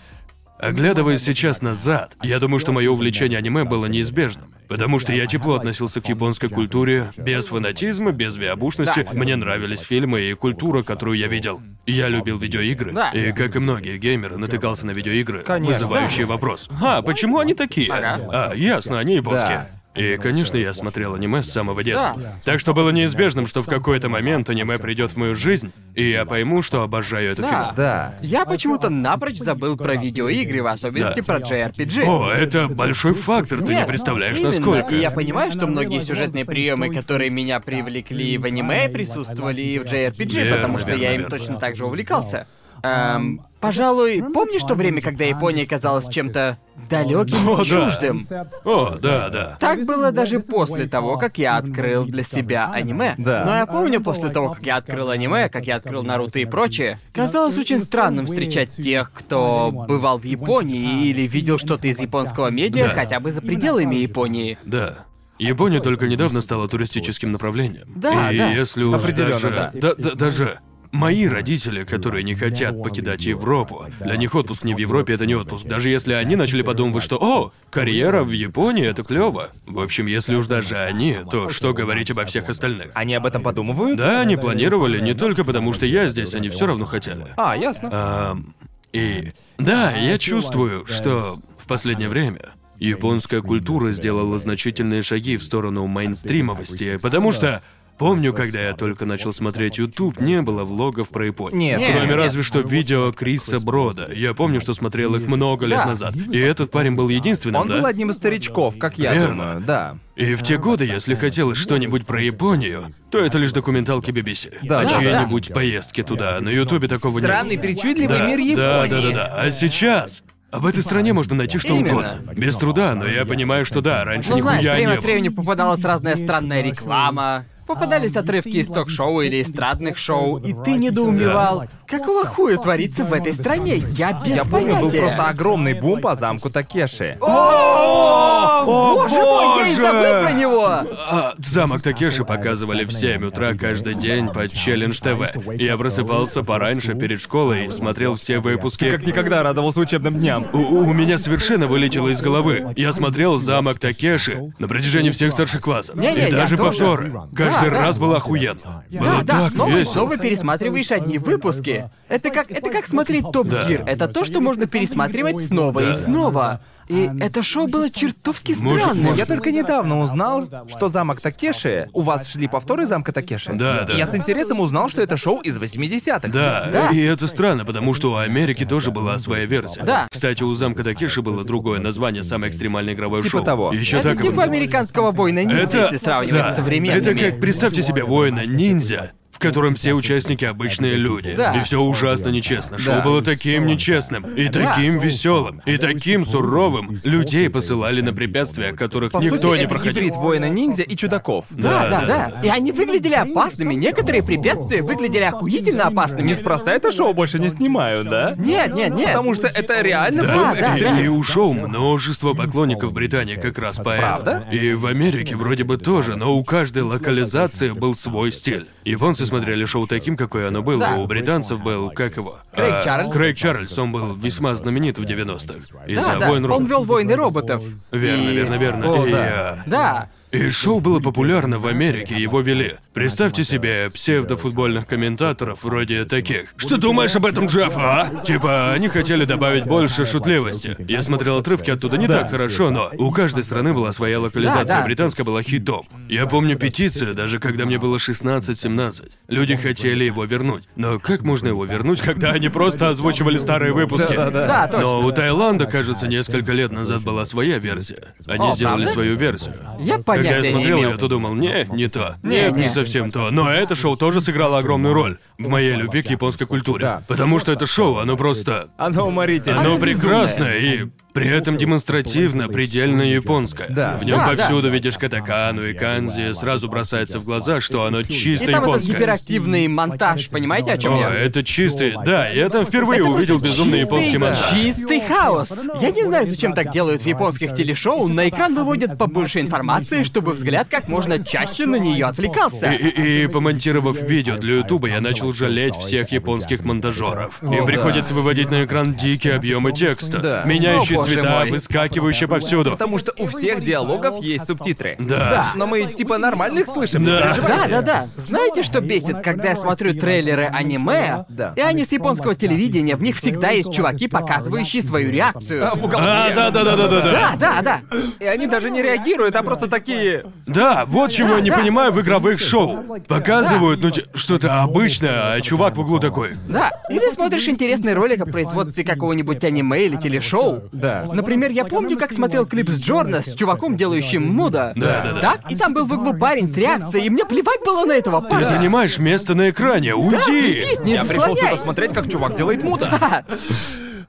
S2: оглядываясь сейчас назад, я думаю, что мое увлечение аниме было неизбежным. Потому что я тепло относился к японской культуре, без фанатизма, без виабушности.
S3: Да.
S2: Мне нравились фильмы и культура, которую я видел. Я любил видеоигры.
S3: Да.
S2: И, как и многие геймеры, натыкался на видеоигры,
S1: Конечно.
S2: вызывающие вопрос. А, почему они такие?
S3: Ага.
S2: А, ясно, они японские. И, конечно, я смотрел аниме с самого детства.
S3: Да.
S2: Так что было неизбежным, что в какой-то момент аниме придет в мою жизнь, и я пойму, что обожаю это
S3: Да.
S2: фильм.
S1: Да.
S3: Я почему-то напрочь забыл про видеоигры, в особенности
S2: Да.
S3: про JRPG.
S2: О, это большой фактор, ты не
S3: Нет, ну,
S2: представляешь,
S3: именно.
S2: насколько.
S3: И я понимаю, что многие сюжетные приемы, которые меня привлекли в аниме, присутствовали и в JRPG,
S2: Верно,
S3: потому что я им
S2: верно, верно.
S3: точно так же увлекался. Эм, пожалуй, помнишь то время, когда Япония казалась чем-то далеким
S2: О, Ну, да.
S3: и чуждым?
S2: О, да, да.
S3: Так было даже после того, как я открыл для себя аниме.
S1: Да.
S3: Но я помню, после того, как я открыл аниме, как я открыл Наруто и прочее, казалось очень странным встречать тех, кто бывал в Японии или видел что-то из японского медиа
S2: Да.
S3: хотя бы за пределами Японии.
S2: Да. Япония только недавно стала туристическим направлением.
S3: Да,
S2: и
S3: да.
S2: если уж
S1: Определенно,
S2: даже...
S1: да.
S2: да- даже мои родители, которые не хотят покидать Европу, для них отпуск не в Европе, это не отпуск. Даже если они начали подумывать, что «О, карьера в Японии — это клево». В общем, если уж даже они, то что говорить обо всех остальных?
S1: Они об этом подумывают?
S2: Да, они планировали не только потому, что я здесь, они все равно хотели.
S1: А, ясно.
S2: Ам, и да, я чувствую, что в последнее время японская культура сделала значительные шаги в сторону мейнстримовости, потому что помню, когда я только начал смотреть YouTube, не было влогов про Японию.
S1: Нет.
S3: Нет,
S2: Кроме
S3: нет.
S2: разве что видео Криса Брода. Я помню, что смотрел их много лет
S3: Да.
S2: назад. И этот парень был единственным,
S1: Он
S2: да?
S1: был одним из старичков, как я
S2: Верно.
S1: думаю, да.
S2: И в те годы, если хотелось что-нибудь про Японию, то это лишь документалки BBC.
S1: Да,
S2: о
S1: да,
S2: чьей-нибудь поездке туда. На Ютубе такого
S1: Странный,
S2: не было.
S1: причудливый
S2: Да,
S1: мир Японии.
S2: Да, да, да, да. А сейчас об этой стране можно найти что
S3: Именно.
S2: угодно. Без труда, но я понимаю, что да, раньше
S3: Ну, знаешь,
S2: нихуя
S3: время от
S2: не было.
S3: времени попадалась разная странная реклама, попадались отрывки из ток-шоу или эстрадных шоу, и ты недоумевал,
S5: Да.
S3: какого хуя творится в этой стране? Я без
S1: Я помню, был
S3: понятия.
S1: просто огромный бум по замку Такеши.
S3: О, боже мой, я
S2: боже!
S3: и забыл про него!
S2: А, замок Такеши показывали в 7 утра каждый день по Челлендж ТВ. Я просыпался пораньше перед школой и смотрел все выпуски.
S1: Как никогда радовался учебным дням.
S2: У, у меня совершенно вылетело из головы. Я смотрел замок Такеши на протяжении всех старших классов.
S3: Не-не, я
S2: и даже
S3: тоже.
S2: повторы. Каждый
S3: Да, да.
S2: раз было охуенно.
S3: Да,
S2: было
S3: да,
S2: так
S3: снова и
S2: весело.
S3: снова пересматриваешь одни выпуски. Это как, это как смотреть Топ
S2: Да.
S3: Гир. Это то, что можно пересматривать снова и
S2: Да.
S3: снова. И это шоу было чертовски
S2: Может,
S3: странным.
S2: может.
S1: Я только недавно узнал, что замок Такеши... У вас шли повторы замка Такеши?
S2: Да, да.
S1: Я с интересом узнал, что это шоу из 80-х.
S2: Да,
S3: Да.
S2: и это странно, потому что у Америки тоже была своя версия.
S3: Да.
S2: Кстати, у замка Такеши было другое название самой экстремальной игровой
S1: Типа
S2: шоу.
S1: того.
S2: Еще
S3: Это
S2: так его
S3: типа
S2: называли.
S3: американского воина ниндзя,
S2: Это...
S3: если сравнивать
S2: да.
S3: с современными.
S2: Это как, представьте себе воина-ниндзя, в в котором все участники обычные люди.
S3: Да.
S2: И все ужасно нечестно. Шоу
S3: Да.
S2: было таким нечестным, и
S3: Да.
S2: таким веселым, и таким суровым. Людей посылали на препятствия, которых
S1: По
S2: никто
S1: сути,
S2: не
S1: это
S2: проходил.
S1: гибрид воина-ниндзя и чудаков.
S3: Да, да,
S2: да,
S3: да. И они выглядели опасными. Некоторые препятствия выглядели охуительно опасными.
S4: Неспроста это шоу больше не снимают, да?
S3: Нет, нет, нет.
S4: Потому что это реально
S3: Да,
S4: был
S3: да,
S2: и,
S3: да.
S2: и у шоу множество поклонников Британии как раз поэтому.
S1: Правда?
S2: И в Америке вроде бы тоже, но у каждой локализации был свой стиль. Японцы смотрели шоу таким, какое оно было,
S3: Да.
S2: у британцев был, как его?
S3: Крейг
S2: А,
S3: Чарльз.
S2: Крейг Чарльз, он был весьма знаменит в 90-х. Из-за
S3: Да, да.
S2: «Воин
S3: Он
S2: Роботов».
S3: вел войны роботов.
S2: Верно,
S3: И-
S2: верно, верно.
S1: О,
S2: и,
S1: да.
S2: а,
S3: Да.
S2: и шоу было популярно в Америке, его вели. Представьте себе псевдофутбольных комментаторов вроде таких. Что думаешь об этом, Джефф, а? Типа, они хотели добавить больше шутливости. Я смотрел отрывки оттуда не так хорошо, но у каждой страны была своя локализация.
S3: Да, да.
S2: Британская была хитом. Я помню петицию, даже когда мне было 16-17. Люди хотели его вернуть. Но как можно его вернуть, когда они просто озвучивали старые выпуски?
S3: Да, точно.
S2: Но у Таиланда, кажется, несколько лет назад была своя версия. Они
S3: О,
S2: сделали
S3: правда?
S2: свою версию. Когда я
S3: Я понятия не
S2: смотрел
S3: имел.
S2: ее, то думал, не, не то.
S3: Не,
S2: Нет, не,
S3: не.
S2: совсем то. Но это шоу тоже сыграло огромную роль в моей любви к японской культуре.
S1: Да.
S2: Потому что это шоу, оно просто...
S4: Оно уморительно.
S2: Оно
S3: безумное.
S2: прекрасное и при этом демонстративно, предельно японское.
S1: Да.
S2: В нем
S3: Да, да.
S2: повсюду видишь катакану и канзи, сразу бросается в глаза, что оно
S3: И
S2: чисто
S3: там этот
S2: японское.
S3: гиперактивный монтаж, понимаете, о чем
S2: О,
S3: я?
S2: это чистый, да, я там впервые
S3: Это
S2: увидел
S3: просто
S2: безумный
S3: чистый-
S2: японский монтаж.
S3: Чистый хаос. Я не знаю, зачем так делают в японских телешоу. На экран выводят побольше информации, чтобы взгляд как можно чаще на нее
S4: Э,
S3: отвлекался.
S2: И, и- и помонтировав видео для Ютуба, я начал жалеть всех японских монтажеров. Им приходится выводить на экран дикие объемы текста,
S1: Да.
S2: меняющие
S3: О, боже
S2: цвета,
S3: мой.
S2: выскакивающие повсюду.
S1: Потому что у всех диалогов есть субтитры.
S2: Да.
S1: Но мы типа нормальных слышим, не
S2: Да.
S1: переживайте.
S3: Да, да, да. Знаете, что бесит, когда я смотрю трейлеры аниме,
S1: Да.
S3: и они с японского телевидения, в них всегда есть чуваки, показывающие свою реакцию.
S4: А, в уголке.
S2: А, да, да, да, да, да, да.
S3: Да, да, да.
S4: И они даже не реагируют, а просто такие...
S2: Да, вот чего я не
S3: да.
S2: понимаю в игровых шоу. Показывают, ну, те- что-то обычное, а чувак в углу такой.
S3: Да. Или смотришь интересный ролик о производстве какого-нибудь аниме или телешоу.
S1: Да.
S3: Например, я помню, как смотрел клип с Джорна с чуваком, делающим мода.
S2: Да, да, да.
S3: Так, и там был в углу парень с реакцией, и мне плевать было на этого
S2: Ты
S3: парня.
S2: занимаешь место на экране, уйди!
S3: заебись, не
S1: Я пришел
S3: заслоняй.
S1: сюда смотреть, как чувак делает муда.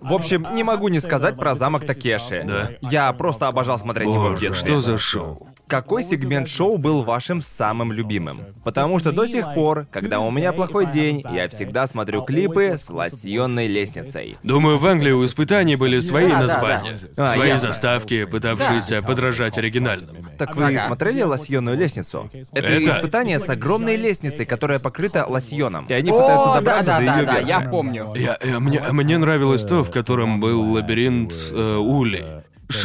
S1: В общем, не могу не сказать про замок Такеши.
S2: Да.
S1: Я просто обожал смотреть его в
S2: Боже,
S1: детстве.
S2: что за шоу?
S1: Какой сегмент шоу был вашим самым любимым? Потому что до сих пор, когда у меня плохой день, я всегда смотрю клипы с лосьонной лестницей.
S2: Думаю, в Англии у испытаний были свои
S3: Да, да,
S2: названия,
S1: да. А,
S2: свои
S1: ясно.
S2: заставки, пытавшиеся подражать оригинальным.
S1: Так вы
S3: Ага.
S1: смотрели лосьонную лестницу? Это,
S2: Это-
S1: испытание с огромной лестницей, которая покрыта лосьоном. И они пытаются
S3: О, да,
S1: добраться
S3: да,
S1: до
S3: да,
S1: ее
S3: да,
S1: верха.
S3: я помню.
S2: Я, э, мне, мне нравилось то, в котором был лабиринт э, Ули.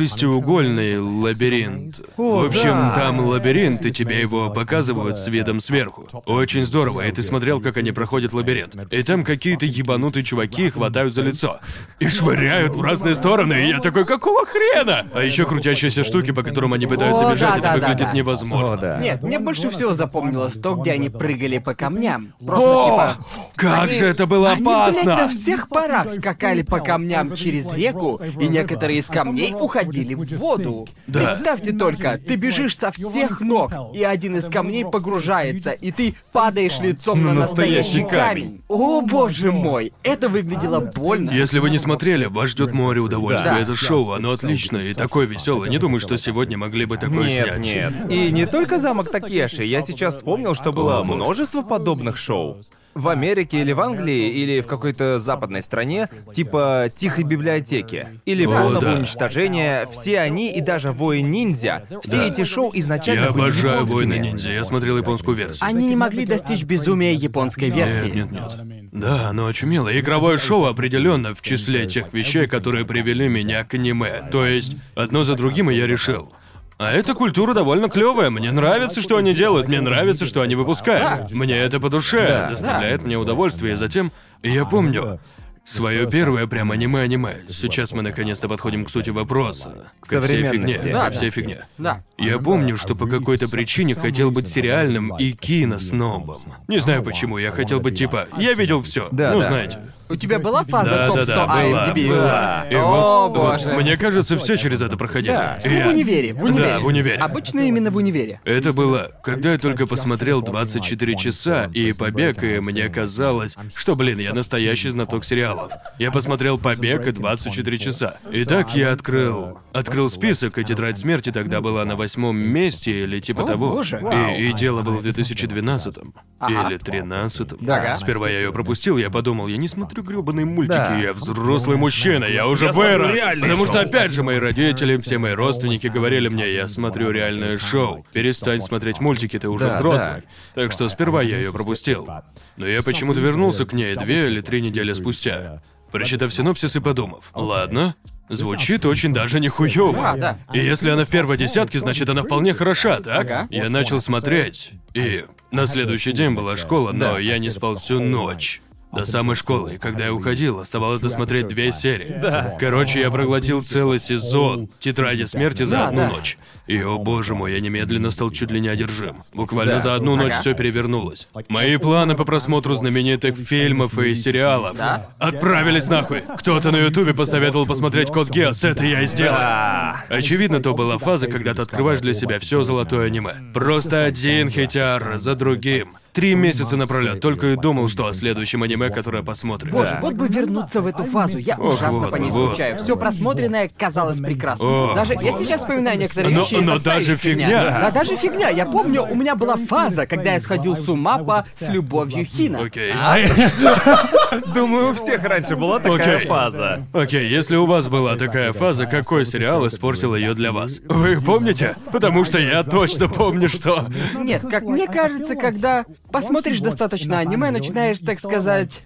S2: Шестиугольный лабиринт. в общем,
S1: да.
S2: там лабиринт, и тебе его показывают с видом сверху. Очень здорово, и ты смотрел, как они проходят лабиринт. И там какие-то ебанутые чуваки хватают за лицо. И швыряют в разные стороны, и я такой, какого хрена? А еще крутящиеся штуки, по которым они пытаются
S3: О,
S2: бежать,
S3: да,
S2: это
S3: да, да,
S2: выглядит
S3: да.
S2: невозможно.
S1: О, да.
S3: Нет, мне больше всего запомнилось то, где они прыгали по камням. Просто
S2: О,
S3: типа...
S2: как
S3: они-
S2: же это было
S3: Они, блядь,
S2: опасно!
S3: на всех парах скакали по камням через реку, и некоторые из камней уходили в воду.
S2: Да.
S3: Представьте только, ты бежишь со всех ног, и один из камней погружается, и ты падаешь лицом на
S1: настоящий
S3: настоящий камень. О боже мой, это выглядело больно.
S2: Если вы не смотрели, вас ждет море удовольствия.
S3: Да.
S2: Это шоу, оно отличное и такое веселое. Не думаю, что сегодня могли бы такое
S1: Нет,
S2: снять.
S1: нет. И не только замок Такеши. Я сейчас вспомнил, что было множество подобных шоу. В Америке или в Англии, или в какой-то западной стране, типа «Тихой библиотеки», или
S2: О,
S1: «Полного
S2: да.
S1: уничтожения», все они и даже «Воин-ниндзя», все
S2: Да.
S1: эти шоу изначально
S2: Я
S1: были
S2: обожаю
S1: японскими.
S2: воина ниндзя. Я смотрел японскую версию.
S3: Они не могли достичь безумия японской версии.
S2: Нет, нет, нет. Да, оно очумело. Игровое шоу определенно в числе тех вещей, которые привели меня к аниме. То есть, одно за другим, и я решил. А эта культура довольно клевая. Мне нравится, что они делают, мне нравится, что они выпускают. Мне это по душе, доставляет мне удовольствие. И затем, я помню, свое первое прям аниме-аниме. Сейчас мы наконец-то подходим к сути вопроса. Ко всей фигне.
S1: Современности.
S2: Ко
S3: Да,
S2: всей фигне.
S3: Да.
S2: Я помню, что по какой-то причине хотел быть сериальным и киноснобом. Не знаю почему, я хотел быть типа, я видел все.
S1: Да,
S2: ну,
S1: да.
S2: знаете.
S3: У тебя была фаза
S2: Да,
S3: А топ-100
S2: да, да, была,
S3: IMDb?
S2: была. И
S3: О,
S2: вот-
S3: боже.
S2: вот мне кажется, все через это проходили.
S4: Да.
S2: И
S3: Ну,
S2: я-
S3: в универе, в универе.
S2: Да, в универе.
S3: Обычно именно в универе.
S2: Это было, когда я только посмотрел 24 часа и «Побег», и мне казалось, что, блин, я настоящий знаток сериалов. Я посмотрел «Побег» и 24 часа. И так я открыл... Открыл список, и «Тетрадь смерти» тогда была на восьмом месте или типа
S3: О,
S2: того.
S3: боже.
S2: И, и дело было в 2012-м.
S3: Ага.
S2: Или 13-м.
S3: Ага.
S2: Сперва я ее пропустил, я подумал, я не смотрю грёбаные мультики,
S1: Да.
S2: я взрослый мужчина, я уже
S4: смотрю
S2: вырос.
S4: реальные
S2: Потому что,
S4: шоу.
S2: опять же, мои родители, все мои родственники говорили мне, я смотрю реальное шоу. Перестань смотреть мультики, ты уже
S1: Да,
S2: взрослый. Так что сперва я ее пропустил. Но я почему-то вернулся к ней две или три недели спустя, прочитав синопсис и подумав, ладно, Звучит очень даже нихуёво.
S3: А, да.
S2: И если она в первой десятке, значит она вполне хороша, так?
S3: Ага.
S2: Я начал смотреть, и на следующий день была школа, но я не спал всю ночь. До самой школы, и когда я уходил, оставалось досмотреть две серии.
S5: Да.
S2: Короче, я проглотил целый сезон «Тетради смерти» за
S3: Да,
S2: одну
S3: да.
S2: ночь. И, о боже мой, я немедленно стал чуть ли не одержим. Буквально
S1: Да.
S2: за одну ночь
S3: Ага.
S2: все перевернулось. Мои планы по просмотру знаменитых фильмов и сериалов
S3: Да.
S2: отправились нахуй. Кто-то на Ютубе посоветовал посмотреть Код Геос, это я и сделал. Очевидно, то была фаза, когда ты открываешь для себя все золотое аниме. Просто один хитяр за другим. Три месяца напролет, только и думал, что о следующем аниме, которое посмотрим.
S3: Боже, вот бы вернуться в эту фазу. Я
S2: Ох,
S3: ужасно
S2: вот
S3: по ней
S2: бы, вот.
S3: скучаю. Все просмотренное казалось прекрасным.
S2: Ох,
S3: даже я сейчас вспоминаю некоторые
S2: Но-
S3: вещи. и
S2: но
S3: это та
S2: даже
S3: еще
S2: фигня.
S3: Да даже фигня. Я помню, у меня была фаза, когда я сходил с ума по с любовью Хина.
S2: Окей.
S4: Думаю, у всех раньше была такая
S2: Окей.
S4: фаза.
S2: Окей, если у вас была такая фаза, какой сериал испортил ее для вас? Вы помните? Потому что я точно помню, что...
S3: Нет, как мне кажется, когда посмотришь достаточно аниме, начинаешь, так сказать...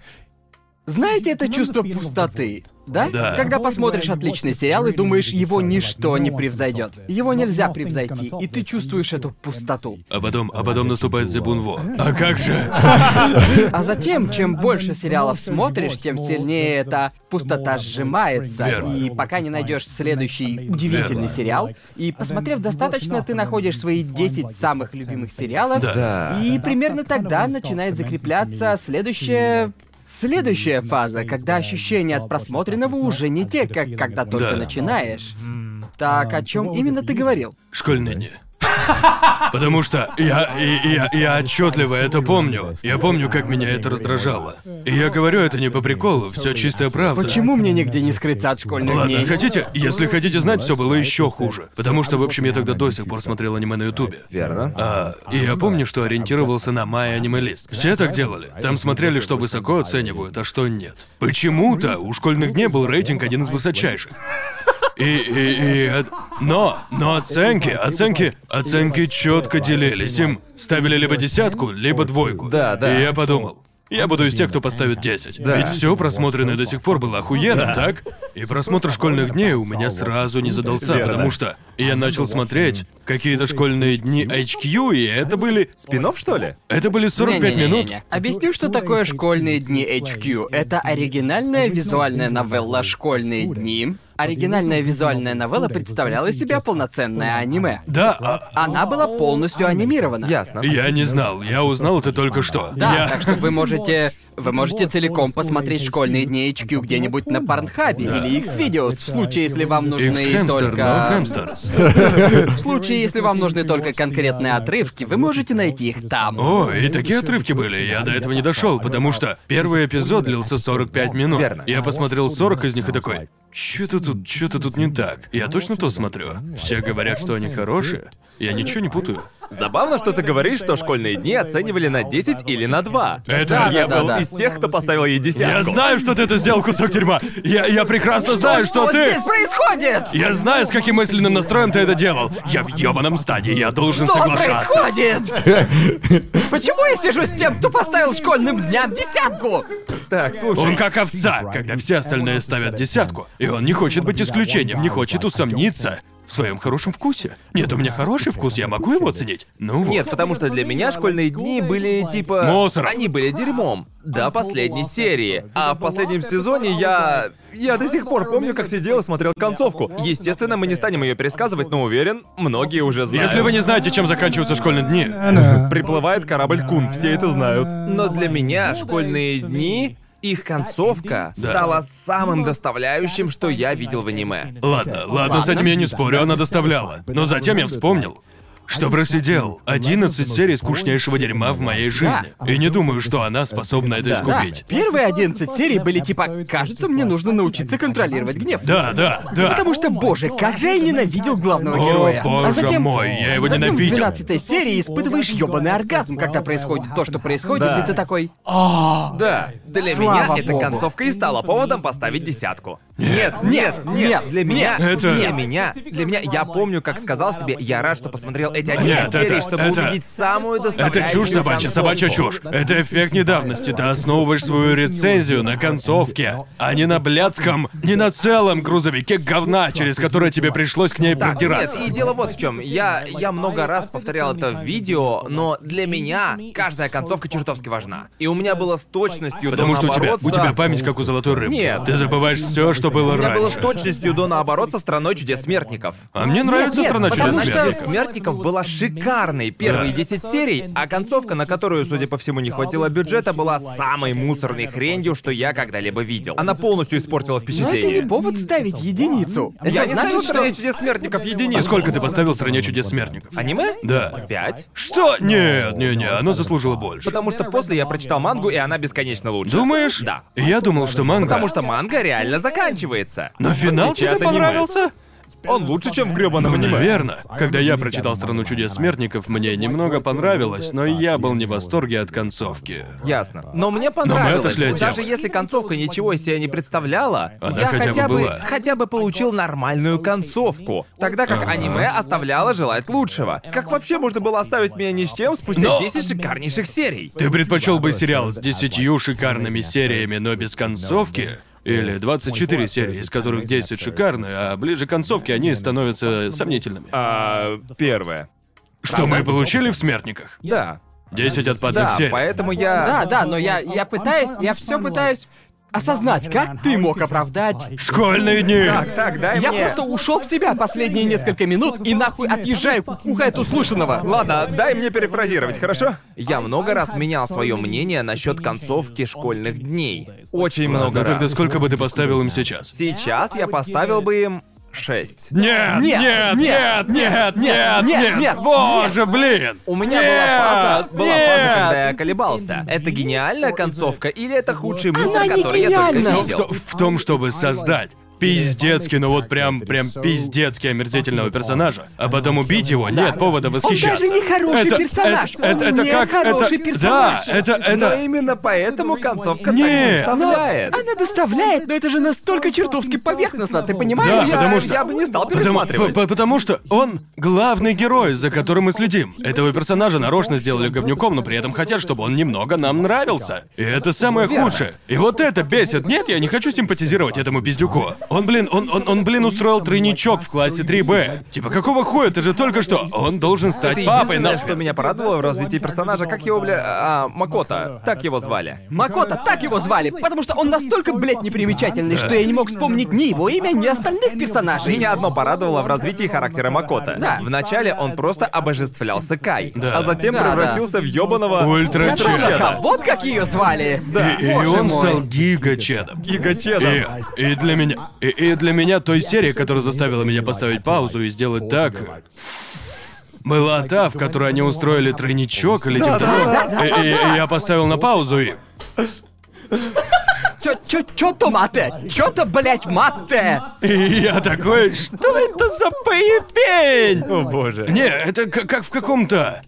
S3: Знаете это чувство пустоты, да?
S2: Да.
S3: Когда посмотришь отличный сериал и думаешь, его ничто не превзойдет. Его нельзя превзойти, и ты чувствуешь эту пустоту.
S2: А потом, а потом наступает Зебунво. А как же?
S3: А затем, чем больше сериалов смотришь, тем сильнее эта пустота сжимается.
S2: Верно.
S3: И пока не найдешь следующий удивительный
S2: Верно.
S3: сериал, и посмотрев достаточно, ты находишь свои 10 самых любимых сериалов,
S2: Да.
S1: Да.
S3: и примерно тогда начинает закрепляться следующая... Следующая фаза, когда ощущения от просмотренного уже не те, как когда только
S2: Да.
S3: начинаешь. Так, о чем именно ты говорил?
S2: Школьные дни. Потому что я, и- и я, я отчетливо это помню. Я помню, как меня это раздражало. И я говорю это не по приколу, все чистая правда.
S3: Почему мне нигде не скрыться от школьных
S2: Ладно,
S3: дней?
S2: хотите, если хотите знать, все было еще хуже. Потому что, в общем, я тогда до сих пор смотрел аниме на Ютубе.
S1: Верно.
S2: А, и я помню, что ориентировался на My Animalist. Все так делали. Там смотрели, что высоко оценивают, а что нет. Почему-то у школьных дней был рейтинг один из высочайших. И, и, и, от- но, но оценки, оценки, оценки четко делились. Им ставили либо десятку, либо двойку.
S1: Да, да.
S2: И я подумал, я буду из тех, кто поставит 10. Ведь все просмотренное до сих пор было охуенно, так? И просмотр школьных дней у меня сразу не задался,
S4: Верно.
S2: потому что я начал смотреть какие-то школьные дни HQ, и это были...
S4: Спинов, что ли?
S2: Это были 45 минут.
S3: Не-не-не-не. Объясню, что такое «Школьные дни HQ». Это оригинальная визуальная новелла «Школьные дни». Оригинальная визуальная новелла представляла из себя полноценное аниме.
S2: Да, а-
S3: Она была полностью анимирована.
S1: Ясно.
S2: я не знал, я узнал это только что.
S3: Да,
S2: Я-
S3: так что вы можете... Вы можете целиком посмотреть школьные дни HQ где-нибудь на Парнхабе или X-Videos, в случае, если вам нужны
S2: X-Hamster, но
S3: только...
S2: Hamsters.
S3: В случае, если вам нужны только конкретные отрывки, вы можете найти их там.
S2: О, и такие отрывки были. Я до этого не дошел, потому что первый эпизод длился 45 минут.
S1: Верно.
S2: Я посмотрел 40 из них и такой. Что-то тут, что-то тут не так. Я точно то смотрю. Все говорят, что они хорошие. Я ничего не путаю.
S4: Забавно, что ты говоришь, что школьные дни оценивали на 10 или на 2.
S2: Это-
S4: я
S3: Да-да-да-да.
S4: был из тех, кто поставил ей
S2: Я
S4: десятку.
S2: знаю, что ты это сделал, кусок дерьма. Я, я прекрасно знаю, что,
S3: что
S2: ты.
S3: здесь происходит?
S2: Я знаю, с каким мысленным настроем ты это делал. Я в ёбаном стадии, я должен соглашаться.
S3: происходит? Почему я сижу с тем, кто поставил школьным дням десятку?
S4: Так, слушай.
S2: Он как овца, когда все остальные ставят десятку. И он не хочет быть исключением, не хочет усомниться в своем хорошем вкусе. Нет, у меня хороший вкус, я могу его оценить. Ну вот.
S4: Нет, потому что для меня школьные дни были типа...
S2: Мусором.
S4: Они были дерьмом. До последней серии. А в последнем сезоне я... Я до сих пор помню, как сидел и смотрел концовку. Естественно, мы не станем ее пересказывать, но уверен, многие уже знают.
S2: Если вы не знаете, чем заканчиваются школьные дни,
S4: Приплывает корабль Кун, все это знают. Но для меня школьные дни
S1: Их концовка
S2: Да.
S1: стала самым доставляющим, что я видел в аниме.
S2: Ладно, ладно, с этим я не спорю, она доставляла. Но затем я вспомнил, что просидел 11 серий скучнейшего дерьма в моей жизни. И не думаю, что она способна А это
S3: Да,
S2: искупить.
S3: первые 11 серий были типа «Кажется, мне нужно научиться контролировать гнев».
S2: Да, да, да.
S3: Потому что, боже, как же я ненавидел главного
S2: О,
S3: героя. а
S2: боже
S3: затем,
S2: мой, я его
S3: затем
S2: ненавидел.
S3: в 12 серии испытываешь ёбаный оргазм, когда происходит то, что происходит,
S1: Да.
S3: и ты такой...
S1: Да, для
S3: Слава
S1: меня эта
S3: богу.
S1: концовка и стала поводом поставить десятку. Нет, нет,
S3: Нет, нет,
S1: нет, для меня,
S2: нет, это-
S1: для меня, для меня, я помню, как сказал себе, я рад, что посмотрел эти
S2: Нет,
S1: 11 серий,
S2: это-
S1: чтобы
S2: это-
S1: увидеть самую доставляющую
S2: Это чушь собачья,
S1: концовку.
S2: собачья чушь. Это эффект недавности. Ты основываешь свою рецензию на концовке, а не на блядском, не на целом грузовике говна, через которое тебе пришлось к ней
S1: Так, нет,
S2: продираться.
S1: и дело вот в чем. Я, я много раз повторял это в видео, но для меня каждая концовка чертовски важна. И у меня было с точностью
S2: Потому
S1: до
S2: что у тебя,
S1: наоборот
S2: у тебя
S1: со-
S2: память как у золотой рыбы.
S1: Нет.
S2: Ты забываешь все, что было
S1: У меня было с
S2: раньше.
S1: точностью до наоборот со страной чудес смертников.
S2: А мне нравится
S3: нет,
S2: страна
S3: потому
S1: Страна
S2: чудес
S3: что-
S2: смерти.
S1: чудес смертников была шикарной. Первые
S2: Да.
S1: 10 серий, а концовка, на которую, судя по всему, не хватило бюджета, была самой мусорной хренью, что я когда-либо видел. Она полностью
S2: Ну,
S1: испортила
S3: Но «Ну, это не
S1: впечатление.
S3: повод ставить единицу.
S1: Я
S3: это
S1: не
S3: значит,
S1: ставил стране
S3: что...
S1: чудес смертников единицу.
S2: А сколько ты поставил стране чудес смертников?
S1: Аниме?
S2: Да.
S1: Пять.
S2: Что? Нет, не, не, оно заслужило больше.
S1: Потому что после я прочитал мангу, и она бесконечно лучше.
S2: Думаешь?
S1: Да.
S2: Я думал, что манга.
S1: Потому что манга реально заканчивается.
S2: Но
S1: В
S2: финал
S1: отличие
S2: тебе
S1: от аниме.
S2: понравился?
S1: Он лучше, чем в гребаном
S2: Ну,
S1: аниме.
S2: наверное. Когда я прочитал «Страну чудес смертников», мне немного понравилось, но я был не в восторге от концовки.
S1: Ясно. Но мне
S2: мы это
S1: понравилось.
S2: шляем.
S1: Даже если концовка ничего из себя не представляла,
S2: Она
S1: я
S2: хотя бы
S1: хотя бы,
S2: была.
S1: хотя бы получил нормальную концовку. Тогда как аниме оставляло желать лучшего. Как вообще можно было оставить меня ни с чем спустя
S2: Но-
S1: 10 шикарнейших серий?
S2: Ты предпочел бы сериал с десятью шикарными сериями, но без концовки? Или 24 серии, из которых 10 шикарные, а ближе к концовке они становятся сомнительными.
S1: А, первое.
S2: Что мы и получили в «Смертниках»?
S1: Да.
S2: 10 отпадных
S1: Да,
S2: серий.
S1: поэтому я...
S3: Да, да, но я, я пытаюсь, я все пытаюсь осознать, как ты мог оправдать...
S2: Школьные дни!
S1: Так, так, дай
S3: Я
S1: мне...
S3: просто ушел в себя последние несколько минут и нахуй отъезжаю кукухой от услышанного.
S1: Ладно, дай мне перефразировать, хорошо? Я много раз менял свое мнение насчет концовки школьных дней. Очень много
S2: Ну тогда
S1: раз.
S2: сколько бы ты поставил им сейчас?
S1: Сейчас я поставил бы им 6.
S2: Нет,
S3: Нет,
S2: нет, нет,
S3: нет,
S2: нет,
S3: нет,
S2: нет,
S3: нет,
S2: нет,
S3: нет.
S2: боже, блин!
S1: У меня была фаза, была фаза, когда я колебался. Это гениальная концовка или это худший мусор,
S3: не
S1: который я только
S3: гениальна!
S2: в,
S1: видел?
S2: то- в том, чтобы создать пиздецки, ну вот прям, прям пиздецки омерзительного персонажа, а потом убить его, нет повода восхищаться.
S3: даже не хороший
S2: Это-
S3: персонаж,
S2: это- это-
S3: он
S2: это
S3: не
S2: как-
S3: хороший
S2: это-
S3: персонаж.
S2: Да, это,
S1: Но
S2: это...
S1: именно поэтому концовка
S2: Нет.
S1: так доставляет.
S3: Ну, Она доставляет, но это же настолько чертовски поверхностно, ты
S2: Да,
S3: понимаешь?
S1: я,
S2: потому что-
S1: я бы не стал
S2: А Потому,
S1: пересматривать.
S2: по- по- потому что он главный герой, за которым мы следим. Этого персонажа нарочно сделали говнюком, но при этом хотят, чтобы он немного нам нравился. И это самое
S1: Верно.
S2: худшее. И вот это бесит. Нет, я не хочу симпатизировать этому пиздюку. Он, блин, он, он, он, блин, устроил тройничок в классе 3Б. Типа, какого хуя? Ты же только что. Он должен
S1: Это
S2: стать папой.
S1: единственное,
S2: на...
S1: что меня порадовало в развитии персонажа, как его, бля... а, Макота, так его звали.
S3: Макота, так его звали, потому что он настолько, блядь, непримечательный, что я не мог вспомнить ни его имя, ни остальных персонажей.
S1: Меня одно порадовало в развитии характера Макота.
S3: Да.
S1: Вначале он просто обожествлялся Кай,
S2: Да.
S1: а затем
S3: Да, да.
S1: превратился в ёбаного...
S2: Ультра
S3: Натанаха,
S2: Чеда.
S3: вот как ее звали.
S2: И, и
S3: Боже
S2: он
S3: мой.
S2: стал гига Чедом.
S1: Гигачедом.
S2: И, и для меня. И, и для меня той серии, которая заставила меня поставить паузу и сделать так. э, Была та, в которой они устроили тройничок или типа того. И, и- и я поставил на паузу и.
S3: Чё, чё, чё то мате? Чё то, блядь, мате?
S2: И я такой, что это за поебень?
S1: О боже.
S2: Не, это к- как в каком-то.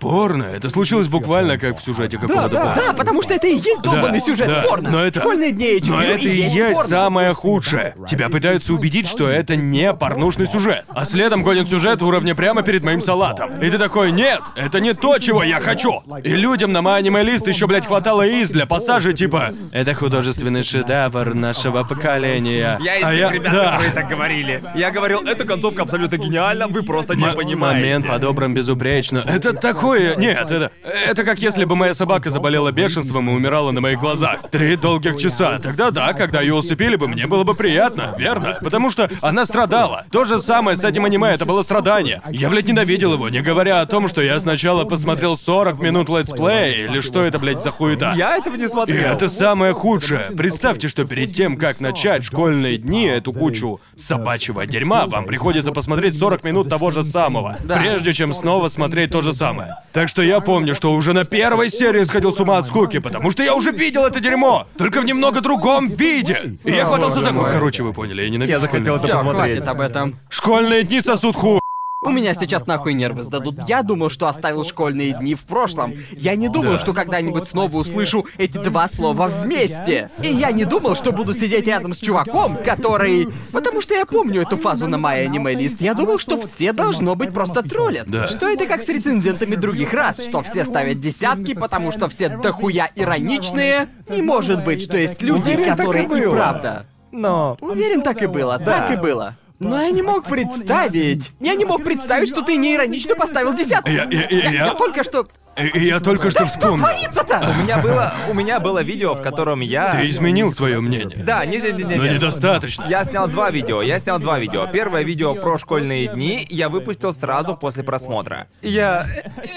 S2: Порно. Это случилось буквально как в сюжете какого-то порно.
S3: Да, потому что это и есть долбанный сюжет
S2: да,
S3: порно.
S2: но это-
S3: Школьные дни HBO
S2: Но это и есть,
S3: порно.
S2: самое худшее. Тебя пытаются убедить, что это не порнушный сюжет. А следом гонят сюжет уровня прямо перед моим салатом. И ты такой, нет, это не то, чего я хочу. И людям на аниме лист еще, блядь, хватало из для пассажа, типа, это художественный шедевр нашего поколения.
S1: Я из
S2: А
S1: тех ребят,
S2: да.
S1: которые так говорили. Я говорил, эта концовка абсолютно гениальна, вы просто не
S2: М-
S1: понимаете.
S2: Момент по-добрым безупречно. Это такой Ну и... Нет, это... Это как если бы моя собака заболела бешенством и умирала на моих глазах. Три долгих часа. Тогда да, когда ее усыпили бы, мне было бы приятно, верно? Потому что она страдала. То же самое с этим аниме, это было страдание. Я, блядь, ненавидел его, не говоря о том, что я сначала посмотрел 40 минут летсплея, или что это, блядь, за хуета.
S1: Я этого не
S2: И
S1: смотрел.
S2: это самое худшее. Представьте, что перед тем, как начать школьные дни, эту кучу собачьего дерьма, вам приходится посмотреть 40 минут того же самого,
S3: Да.
S2: прежде чем снова смотреть то же самое. Так что я помню, что уже на первой серии сходил с ума от скуки, потому что я уже видел это дерьмо, только в немного другом виде. И я хватался за... Ну, короче, вы поняли, я ненавижу
S1: Я захотел
S2: школьные
S1: это
S3: Всё,
S2: дни.
S1: посмотреть.
S3: хватит об этом.
S2: Школьные дни сосут хуй.
S3: У меня сейчас нахуй нервы сдадут. Я думал, что оставил школьные дни в прошлом. Я не думал,
S2: Да.
S3: что когда-нибудь снова услышу эти два слова вместе. И я не думал, что буду сидеть рядом с чуваком, который... Потому что я помню эту фазу на моей аниме-лист. Я думал, что все должно быть просто троллят.
S2: Да.
S3: Что это как с рецензентами других рас, что все ставят десятки, потому что все дохуя ироничные. Не может быть, что есть люди,
S1: Уверен, так и
S3: которые и
S1: было.
S3: правда.
S1: Но...
S3: Уверен, так и было, так и было. Но я не мог представить. Я не мог представить, что ты неиронично поставил десятку.
S2: Я- я- я- я-
S3: только что...
S2: И- и я только что
S3: Что
S2: вспомнил.
S1: У
S3: творится-то?
S1: меня было... У меня было видео, в котором я...
S2: Ты Ну, изменил свое мнение.
S1: Да, не, не, не, не,
S2: Но
S1: не.
S2: недостаточно.
S1: Я снял два видео, я снял два видео. Первое видео про школьные дни я выпустил сразу после просмотра. Я...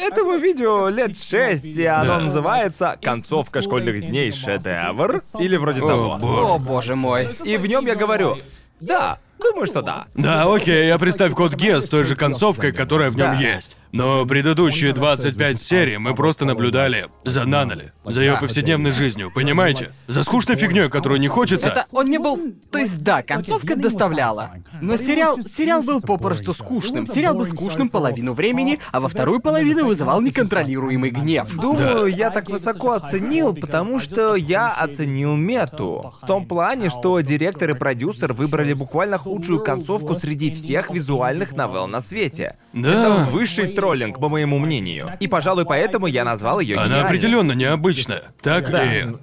S1: Этому видео лет шесть, и оно
S2: Да.
S1: называется «Концовка школьных дней шедевр» или вроде
S2: О,
S1: того.
S3: О,
S2: боже.
S3: боже мой.
S1: И в нем я говорю, да, думаю, что да.
S2: Да, окей, я представь код Гес с той же концовкой, которая в нем
S1: Да.
S2: есть. Но предыдущие 25 серий мы просто наблюдали за Нанали, за ее повседневной жизнью, понимаете? За скучной фигней, которую не хочется.
S3: Это он не был... То есть да, концовка доставляла. Но сериал... Сериал был попросту скучным. Сериал был скучным половину времени, а во вторую половину вызывал неконтролируемый гнев.
S1: Думаю, я так высоко оценил, потому что я оценил мету. В том плане, что директор и продюсер выбрали буквально худшую концовку среди всех визуальных новелл на свете.
S2: Да.
S1: Это высший троллинг, по моему мнению. И, пожалуй, поэтому я назвал ее
S2: Она определенно необычная. Так и.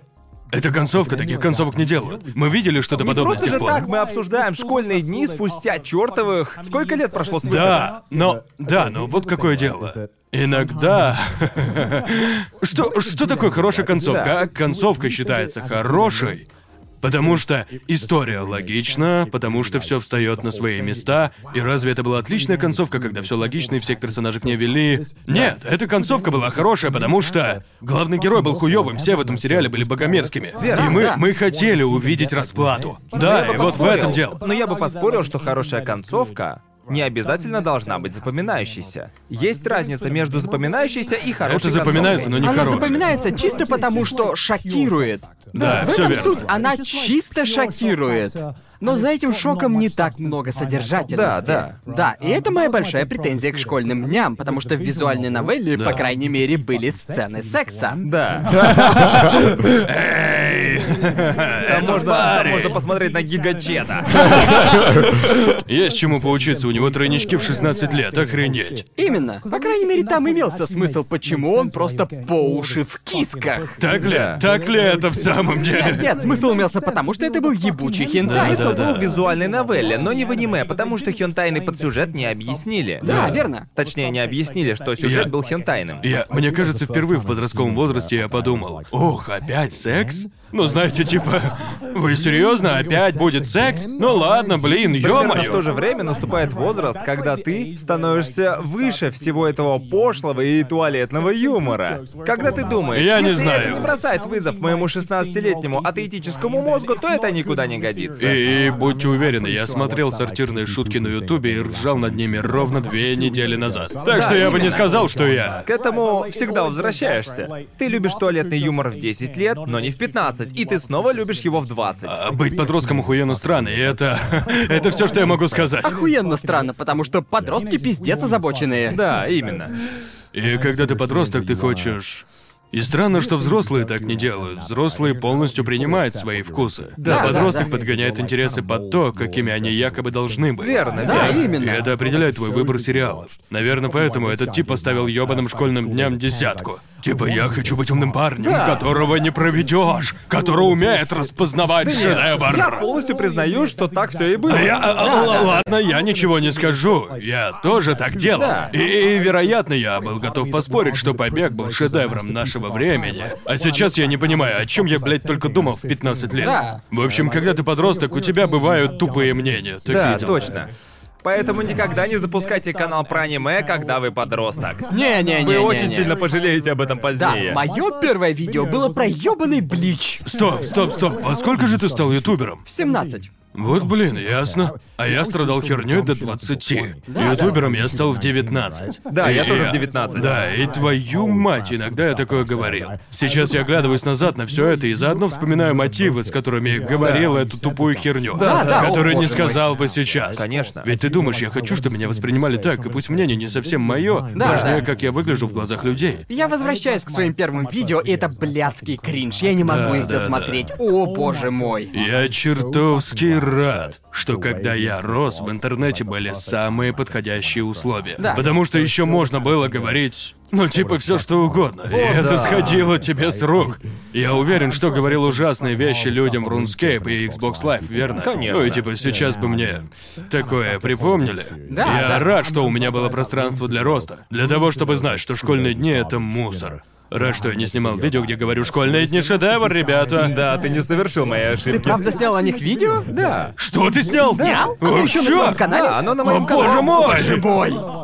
S2: Эта концовка, таких концовок не делают. Мы видели что-то подобное с
S1: Просто
S2: тех
S1: же
S2: пор.
S1: так мы обсуждаем школьные дни спустя чертовых... Сколько лет прошло с выхода?
S2: Да, но... Да, но вот какое дело. Иногда... Что, что такое хорошая концовка? А концовка считается хорошей, потому что история логична, потому что все встает на свои места. И разве это была отличная концовка, когда все логично и всех персонажей к ней вели? Нет, эта концовка была хорошая, потому что главный герой был хуёвым, все в этом сериале были богомерзкими.
S1: Верно,
S2: и мы,
S1: да.
S2: мы хотели увидеть расплату.
S1: Я
S2: Да,
S1: бы
S2: и вот в
S1: поспорил.
S2: этом дело.
S1: Но я бы поспорил, что хорошая концовка не обязательно должна быть запоминающейся. Есть разница между запоминающейся и хорошей
S2: Это запоминается, но
S1: концовкой.
S2: не
S3: Она
S2: хорошее.
S3: запоминается чисто потому, что шокирует.
S2: Да,
S3: В
S2: все
S3: этом
S2: верно.
S3: суть, она чисто шокирует. Но за этим шоком не так много содержательности.
S1: Да,
S3: да. Да, и это моя большая претензия к школьным дням, потому что в визуальной новелле,
S2: Да.
S3: по крайней мере, были сцены секса.
S1: Да.
S2: Эй!
S1: Там можно, там
S2: парень.
S1: можно посмотреть на гигачета.
S2: Есть чему поучиться, у него тройнички в 16 лет, охренеть.
S3: Именно. По крайней мере, там имелся смысл, почему он просто по уши в кисках.
S2: Так ли?
S1: Да.
S2: Так ли это в самом
S3: Нет,
S2: деле?
S3: нет, смысл имелся потому, что это был ебучий хентай.
S2: Да,
S1: Смысл
S2: да.
S1: был в визуальной новелле, но не в аниме, потому что хентайный подсюжет не объяснили.
S3: Да, верно.
S1: Точнее, не объяснили, что сюжет
S2: Я-
S1: был хентайным.
S2: Я, мне кажется, впервые в подростковом возрасте я подумал, ох, опять секс? Ну, знаете, типа, вы серьезно, опять будет секс? Ну ладно, блин,
S1: Примерно в то
S2: ё-моё.
S1: же время наступает возраст, когда ты становишься выше всего этого пошлого и туалетного юмора. Когда ты думаешь,
S2: Я не
S1: если
S2: знаю.
S1: это не бросает вызов моему 16-летнему атеистическому мозгу, то это никуда не годится.
S2: И, будьте уверены, я смотрел сортирные шутки на Ютубе и ржал над ними ровно две недели назад. Так что я бы не сказал, что я...
S1: К этому всегда возвращаешься. Ты любишь туалетный юмор в 10 лет, но не в 15, и ты снова любишь его в 20.
S2: А Быть подростком охуенно странно, и это... это все, что я могу сказать.
S3: Охуенно странно, потому что подростки пиздец озабоченные.
S1: Да, именно.
S2: И когда ты подросток, ты хочешь... И странно, что взрослые так не делают. Взрослые полностью принимают свои вкусы.
S3: Да,
S2: а
S3: да,
S2: подросток
S3: да.
S2: подгоняет интересы под то, какими они якобы должны быть.
S1: Верно,
S3: Да,
S1: да.
S3: именно.
S2: И это определяет твой выбор сериалов. Наверное, поэтому этот тип поставил ёбаным школьным дням десятку. Типа я хочу быть умным парнем, которого не проведешь, который умеет распознавать шедевр.
S1: Я полностью признаю, что так все и было.
S2: А я, а, а, л- ладно, я ничего не скажу. Я тоже так делал.
S1: Да.
S2: И, и, вероятно, я был готов поспорить, что побег был шедевром нашего времени. А сейчас я не понимаю, о чем я, блядь, только думал в 15 лет.
S3: Да.
S2: В общем, когда ты подросток, у тебя бывают тупые мнения. Такие
S1: Да,
S2: дела.
S1: точно. Поэтому никогда не запускайте канал про аниме, когда вы подросток.
S3: Не-не-не.
S1: Вы очень сильно пожалеете об этом
S3: Да,
S1: позднее.
S3: мое первое видео было про ёбаный блич.
S2: Стоп, стоп, стоп. Во сколько же ты стал ютубером?
S3: В 17.
S2: Вот, блин, ясно. А я страдал херней до 20. Ютубером я стал в 19.
S1: Да, я
S2: И-
S1: тоже в
S2: и-
S1: 19.
S2: Да, и твою мать, иногда я такое говорил. Сейчас я оглядываюсь назад на все это и заодно вспоминаю мотивы, с которыми я говорил эту тупую херню.
S3: Да, да, о,
S2: Которую не
S3: боже мой.
S2: сказал бы сейчас.
S1: Конечно.
S2: Ведь ты думаешь, я хочу, чтобы меня воспринимали так, и пусть мнение не совсем мое,
S3: Да,
S2: важнее,
S3: да.
S2: как я выгляжу в глазах людей.
S3: Я возвращаюсь к своим первым видео, и это блядский кринж. Я не могу
S2: Да,
S3: их
S2: да,
S3: досмотреть. О, боже мой.
S2: Я чертовски рад, что когда я рос, в интернете были самые подходящие условия.
S3: Да.
S2: Потому что еще можно было говорить, ну типа все что угодно. и это сходило тебе с рук. Я уверен, что говорил ужасные вещи людям в RuneScape и Xbox Live, верно?
S1: а Конечно.
S2: Ну и типа сейчас бы мне такое припомнили.
S3: Да,
S2: я
S3: да.
S2: рад, что у меня было пространство для роста. Для того, чтобы знать, что школьные дни — это мусор. Рад, что я не снимал видео, где говорю «Школьные дни — шедевр, ребята!»
S1: Да, ты не совершил мои
S3: Ты
S1: ошибки.
S3: правда снял о них видео?
S1: Да.
S2: Что ты снял?
S3: Снял? Оно
S2: О,
S3: еще А? на
S2: чёрт!
S3: твоем канале?
S1: Да, оно на
S2: О,
S1: моем
S2: боже мой!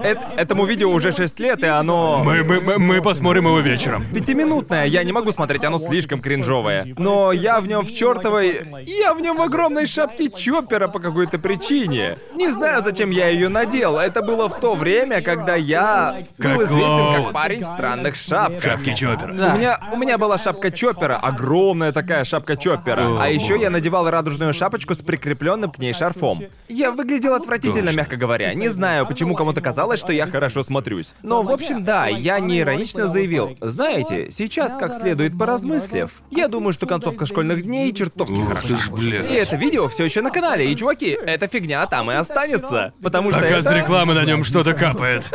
S1: Эт- этому видео уже 6 лет, и оно...
S2: Мы, мы, мы, мы посмотрим его вечером.
S1: Пятиминутное, я не могу смотреть, оно слишком кринжовое. Но я в нем в чертовой... Я в нем в огромной шапке Чоппера по какой-то причине. Не знаю, зачем я ее надел. Это было в то время, когда я был
S2: Как
S1: известен
S2: клоун.
S1: как парень в странных шапках.
S2: Шапки Чоппера.
S3: Да.
S1: У меня, у меня была шапка Чоппера, огромная такая шапка Чоппера.
S2: О,
S1: А еще
S2: боже.
S1: я надевал радужную шапочку с прикрепленным к ней шарфом. Я выглядел отвратительно,
S2: Точно.
S1: мягко говоря. Не знаю, почему кому-то казалось, что я хорошо смотрюсь. Но, в общем, да, я неиронично заявил. Знаете, сейчас, как следует поразмыслив, я думаю, что концовка школьных дней чертовски
S2: Ух ты
S1: хороша.
S2: ж,
S1: И
S2: блядь.
S1: это видео все еще на канале, и чуваки, эта фигня там и останется. Потому что
S2: Пока А с
S1: это...
S2: рекламы на нем что-то капает.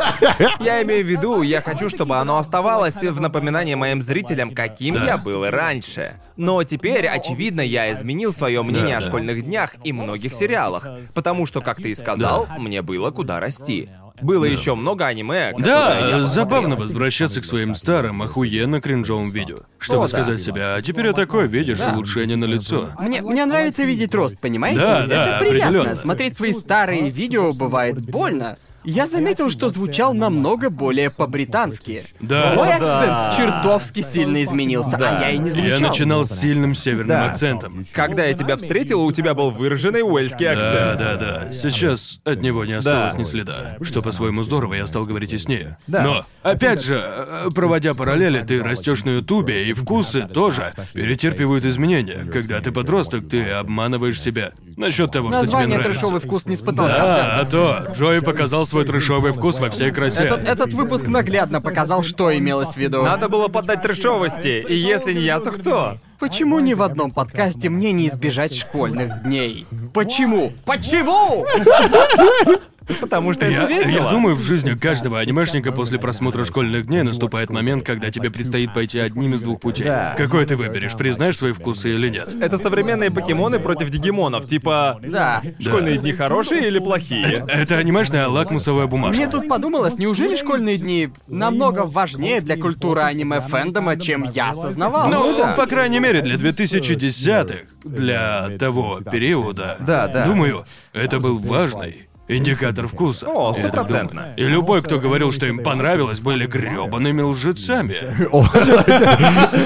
S1: Я имею в виду, я хочу, чтобы оно оставалось в напоминании моим зрителям, каким
S2: Да.
S1: я был и раньше. Но теперь, очевидно, я изменил свое мнение
S2: Да,
S1: о
S2: да.
S1: школьных днях и многих сериалах, потому что, как ты и сказал, мне было куда расти. Было еще много аниме. которое я
S2: Да, э,
S1: посмотрел.
S2: забавно возвращаться к своим старым, охуенно кринжовым видео. Чтобы
S1: О, да.
S2: сказать себе, а теперь я такой, видишь, улучшение на лицо.
S3: Мне, мне нравится видеть рост, понимаете?
S2: Да,
S3: Это
S2: да,
S3: приятно.
S2: определенно.
S3: Смотреть свои старые видео бывает больно. Я заметил, что звучал намного более по-британски.
S2: Да.
S3: Мой
S2: О,
S3: акцент чертовски сильно изменился, а я и не
S2: Я
S3: замечал.
S2: начинал с сильным северным
S1: Да.
S2: акцентом.
S1: Когда я тебя встретил, у тебя был выраженный уэльский
S2: Да,
S1: акцент.
S2: да, да. Сейчас от него не осталось ни следа. Что по-своему здорово, я стал говорить яснее. Но, опять же, э, проводя параллели, ты растешь на Ютубе, и вкусы тоже перетерпивают изменения. Когда ты подросток, ты обманываешь себя насчет того, что тебе
S3: Название
S2: нравится.
S3: «Трешовый вкус» не с потолка.
S2: Да, а то. Джои показал свой трешовый вкус во всей красе.
S3: Этот, этот выпуск наглядно показал, что имелось в виду.
S1: Надо было поддать трешовости, и если не я, то кто?
S3: Почему ни в одном подкасте мне не избежать школьных дней? Почему? Почему?
S1: Потому что
S2: Я,
S1: это весело.
S2: я думаю, в жизни каждого анимешника после просмотра школьных дней наступает момент, когда тебе предстоит пойти одним из двух путей.
S1: Да.
S2: Какой ты выберешь, признаешь свои вкусы или нет?
S1: Это современные покемоны против дигимонов, типа...
S3: Да.
S1: Школьные дни хорошие или плохие?
S2: Это анимешная лакмусовая бумажка.
S3: Мне тут подумалось, неужели школьные дни намного важнее для культуры аниме фэндома, чем я осознавал?
S2: Ну,
S1: Ну да.
S2: по крайней мере, для 2010-х, для того периода.
S1: Да, да.
S2: Думаю, это был важный индикатор вкуса.
S1: О,
S2: Я так думаю.
S1: стопроцентно.
S2: И любой, кто говорил, что им понравилось, были грёбаными лжецами.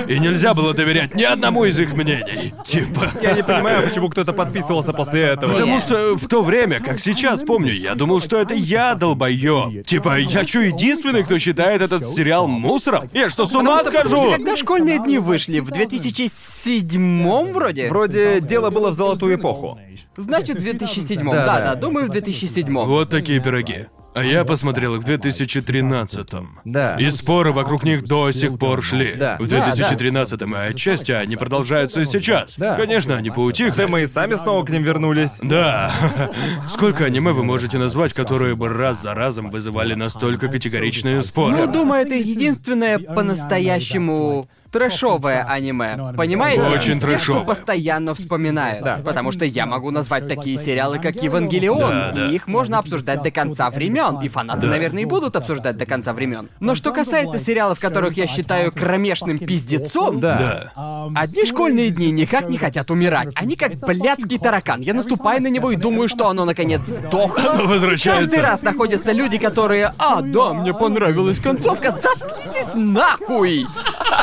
S2: И нельзя было доверять ни одному из их мнений. Типа...
S1: Я не понимаю, почему кто-то подписывался после этого.
S2: Потому что в то время, как сейчас помню, я думал, что это я долбоёб. Типа, я чё, единственный, кто считает этот сериал мусором? Я что, с ума схожу?
S3: Когда школьные дни вышли? В 2007 вроде?
S1: Вроде дело было в золотую эпоху.
S3: Значит, в 2007.
S1: Да,
S3: Да, да,
S1: да.
S3: думаю, в 2007.
S2: Вот такие пироги. А я посмотрел их в 2013-м.
S4: Да.
S2: И споры вокруг них до сих пор шли.
S4: Да.
S2: В
S4: Да, да.
S2: 2013-м, и отчасти они продолжаются и сейчас.
S4: Да.
S2: Конечно, они поутихли.
S4: Да мы и сами снова к ним вернулись.
S2: Да. Сколько аниме вы можете назвать, которые бы раз за разом вызывали настолько категоричные споры?
S3: Ну, думаю, это единственное по-настоящему трэшовое аниме. Понимаете?
S2: Очень
S3: Из тех,
S2: трэшовое.
S3: Что постоянно вспоминают.
S1: Да.
S3: Потому что я могу назвать такие сериалы, как Евангелион,
S2: Да,
S3: и
S2: да.
S3: их можно обсуждать до конца времен. И фанаты, наверное, и будут обсуждать до конца времен. Но что касается сериалов, которых я считаю кромешным пиздецом,
S4: Да.
S2: Да.
S3: Одни школьные дни никак не хотят умирать. Они как блядский таракан. Я наступаю на него и думаю, что оно наконец сдохло.
S2: Оно возвращается.
S3: Каждый раз находятся люди, которые «А, да, мне понравилась концовка, заткнитесь нахуй!»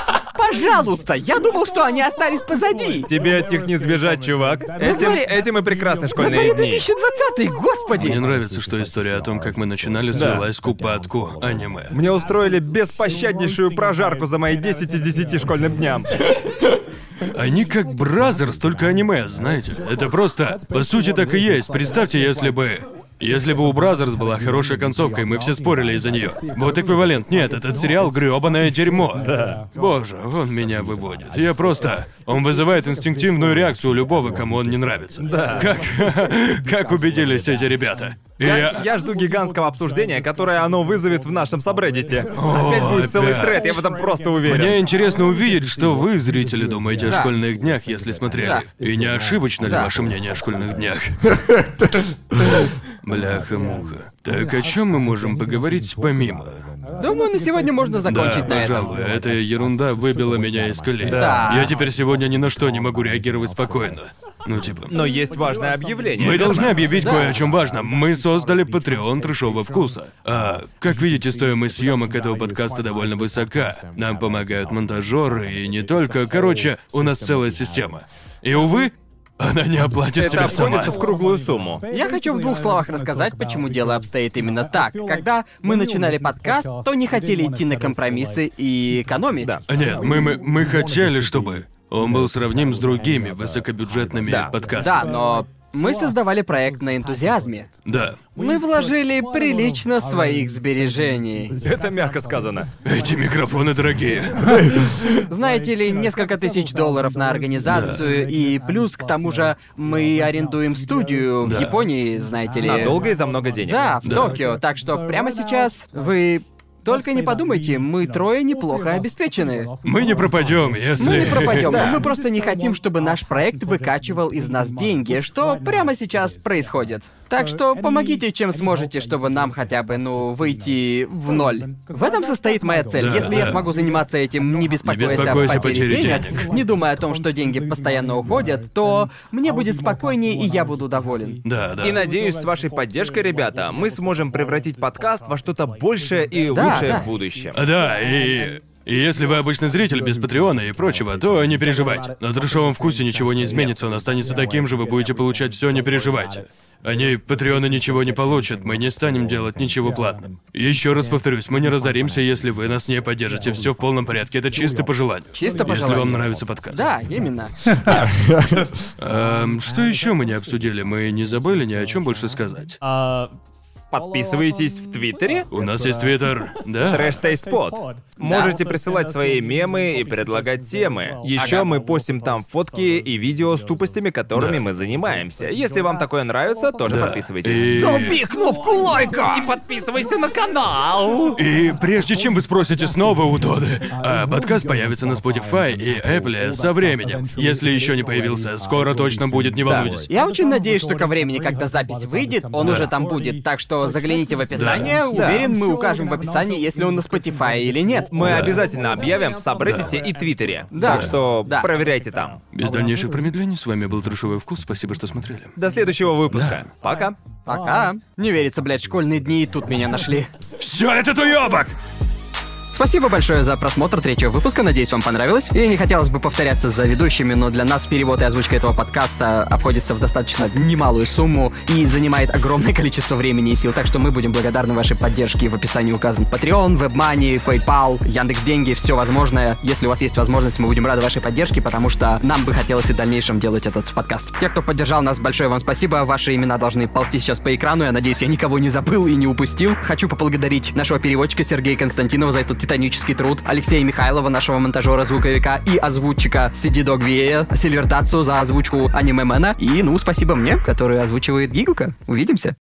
S3: Пожалуйста, я думал, что они остались позади.
S1: типа,
S4: Тебе от них не сбежать, чувак. Этим,
S3: дворе-
S4: этим и прекрасны
S3: На дворе
S4: школьные дни.
S3: 2020, господи!
S2: Мне нравится, что история о том, как мы начинали, свелась к упадку аниме.
S4: Мне устроили беспощаднейшую прожарку за мои 10 из 10 школьным дням.
S2: Они как Бразерс, только аниме, знаете. Это просто... По сути, так и есть. Представьте, если бы... Если бы у Бразерс была хорошая концовка, и мы все спорили из-за нее. Вот эквивалент. Нет, этот сериал грёбаное дерьмо. Да. Боже, он меня выводит. Я просто... Он вызывает инстинктивную реакцию у любого, кому он не нравится. Да. Как... Как убедились эти ребята. И я-
S4: Я жду гигантского обсуждения, которое оно вызовет в нашем сабреддите.
S2: О,
S4: Опять будет целый
S2: опять.
S4: тред, я в этом просто уверен.
S2: Мне интересно увидеть, что вы, зрители, думаете
S3: Да.
S2: о школьных днях, если смотрели.
S3: Да.
S2: И не ошибочно ли
S3: Да.
S2: ваше мнение о школьных днях? Бляха-муха. Так о чем мы можем поговорить помимо?
S3: Думаю, на сегодня можно
S2: Да,
S3: закончить на этом.
S2: пожалуй, эта ерунда выбила меня из колеи.
S3: Да.
S2: Я теперь сегодня ни на что не могу реагировать спокойно. Ну типа.
S4: Но есть важное объявление.
S2: Мы
S4: верно?
S2: должны объявить кое о чем важном. Мы создали Patreon трешового вкуса. А, как видите, стоимость съемок этого подкаста довольно высока. Нам помогают монтажеры и не только. Короче, у нас целая система. И увы, она не оплатит
S4: Это
S2: себя сама.
S4: обходится в круглую сумму.
S3: Я хочу в двух словах рассказать, почему дело обстоит именно так. Когда мы начинали подкаст, то не хотели идти на компромиссы и экономить.
S2: А, Нет, мы, мы, мы хотели, чтобы он был сравним с другими высокобюджетными
S4: Да.
S2: подкастами.
S3: Да, но мы создавали проект на энтузиазме.
S2: Да.
S3: Мы вложили прилично своих сбережений.
S4: Это мягко сказано.
S2: Эти микрофоны дорогие.
S3: Знаете ли, несколько тысяч долларов на организацию, и плюс к тому же мы арендуем студию в
S2: Да.
S3: Японии, знаете ли.
S4: Надолго и за много денег.
S3: Да, в
S2: Да.
S3: Токио. Так что прямо сейчас вы только не подумайте, мы трое неплохо обеспечены.
S2: Мы не пропадем, если.
S3: Мы не пропадем, мы просто не хотим, чтобы наш проект выкачивал из нас деньги, что прямо сейчас происходит. Так что помогите, чем сможете, чтобы нам хотя бы, ну, выйти в ноль. В этом состоит моя цель.
S2: Да,
S3: Если я
S2: да.
S3: смогу заниматься этим, не беспокоясь,
S2: беспокойся
S3: о потере
S2: потере
S3: денег,
S2: денег.
S3: не думая о том, что деньги постоянно уходят, то мне будет спокойнее и я буду доволен.
S2: Да, да.
S4: И надеюсь, с вашей поддержкой, ребята, мы сможем превратить подкаст во что-то большее и
S3: Да,
S4: лучшее
S3: да.
S4: в будущем.
S2: А, Да, и... и если вы обычный зритель без Патреона и прочего, то не переживайте. На трешовом вкусе ничего не изменится, он останется таким же, вы будете получать все, не переживайте. Они, Патреоны, ничего не получат, мы не станем делать ничего платным. Еще раз повторюсь, мы не разоримся, если вы нас не поддержите. Все в полном порядке, это чисто по желанию.
S3: Чисто по
S2: Если
S3: желанию.
S2: вам нравится подкаст.
S3: Да, именно.
S2: Эм, что еще мы не обсудили? Мы не забыли ни о чем больше сказать.
S4: Подписывайтесь в Твиттере.
S2: У нас есть Твиттер. Да.
S4: Трэш Тейст Под. Можете присылать свои мемы и предлагать темы. Еще
S3: Ага.
S4: мы постим там фотки и видео с тупостями, которыми
S2: Да.
S4: мы занимаемся. Если вам такое нравится, тоже
S2: Да.
S4: подписывайтесь.
S2: И-
S3: Долби кнопку лайка! И
S4: Подписывайся на канал!
S2: И прежде чем вы спросите снова у Тоды, а, подкаст появится на Spotify и Apple со временем. Если еще не появился, скоро точно будет, не волнуйтесь.
S3: Я очень надеюсь, что ко времени, когда запись выйдет, он
S2: Да.
S3: уже там будет. Так что загляните в описание. Уверен, мы укажем в описании, если он на Spotify или нет.
S4: Мы
S2: Да.
S4: обязательно объявим в Сабреддите и Твиттере.
S3: Да.
S4: Так что
S3: Да.
S4: проверяйте там.
S2: Без дальнейших промедлений, с вами был Трешовый Вкус, спасибо, что смотрели.
S4: До следующего выпуска. Пока.
S3: Пока. Не верится, блядь, школьные дни и тут меня нашли.
S2: Все это туёбок!
S3: Спасибо большое за просмотр третьего выпуска. Надеюсь, вам понравилось. И не хотелось бы повторяться за ведущими, но для нас перевод и озвучка этого подкаста обходится в достаточно немалую сумму и занимает огромное количество времени и сил. Так что мы будем благодарны вашей поддержке. В описании указан Patreon, WebMoney, PayPal, Яндекс Деньги, все возможное. Если у вас есть возможность, мы будем рады вашей поддержке, потому что нам бы хотелось и в дальнейшем делать этот подкаст. Те, кто поддержал нас, большое вам спасибо. Ваши имена должны ползти сейчас по экрану. Я надеюсь, я никого не забыл и не упустил. Хочу поблагодарить нашего переводчика Сергея Константинова за этот титанический труд, Алексея Михайлова, нашего монтажера, звуковика и озвучика Сиди Дог Вея, Сильвертацию за озвучку аниме Мэна. И, ну, спасибо мне, который озвучивает Гигука. Увидимся.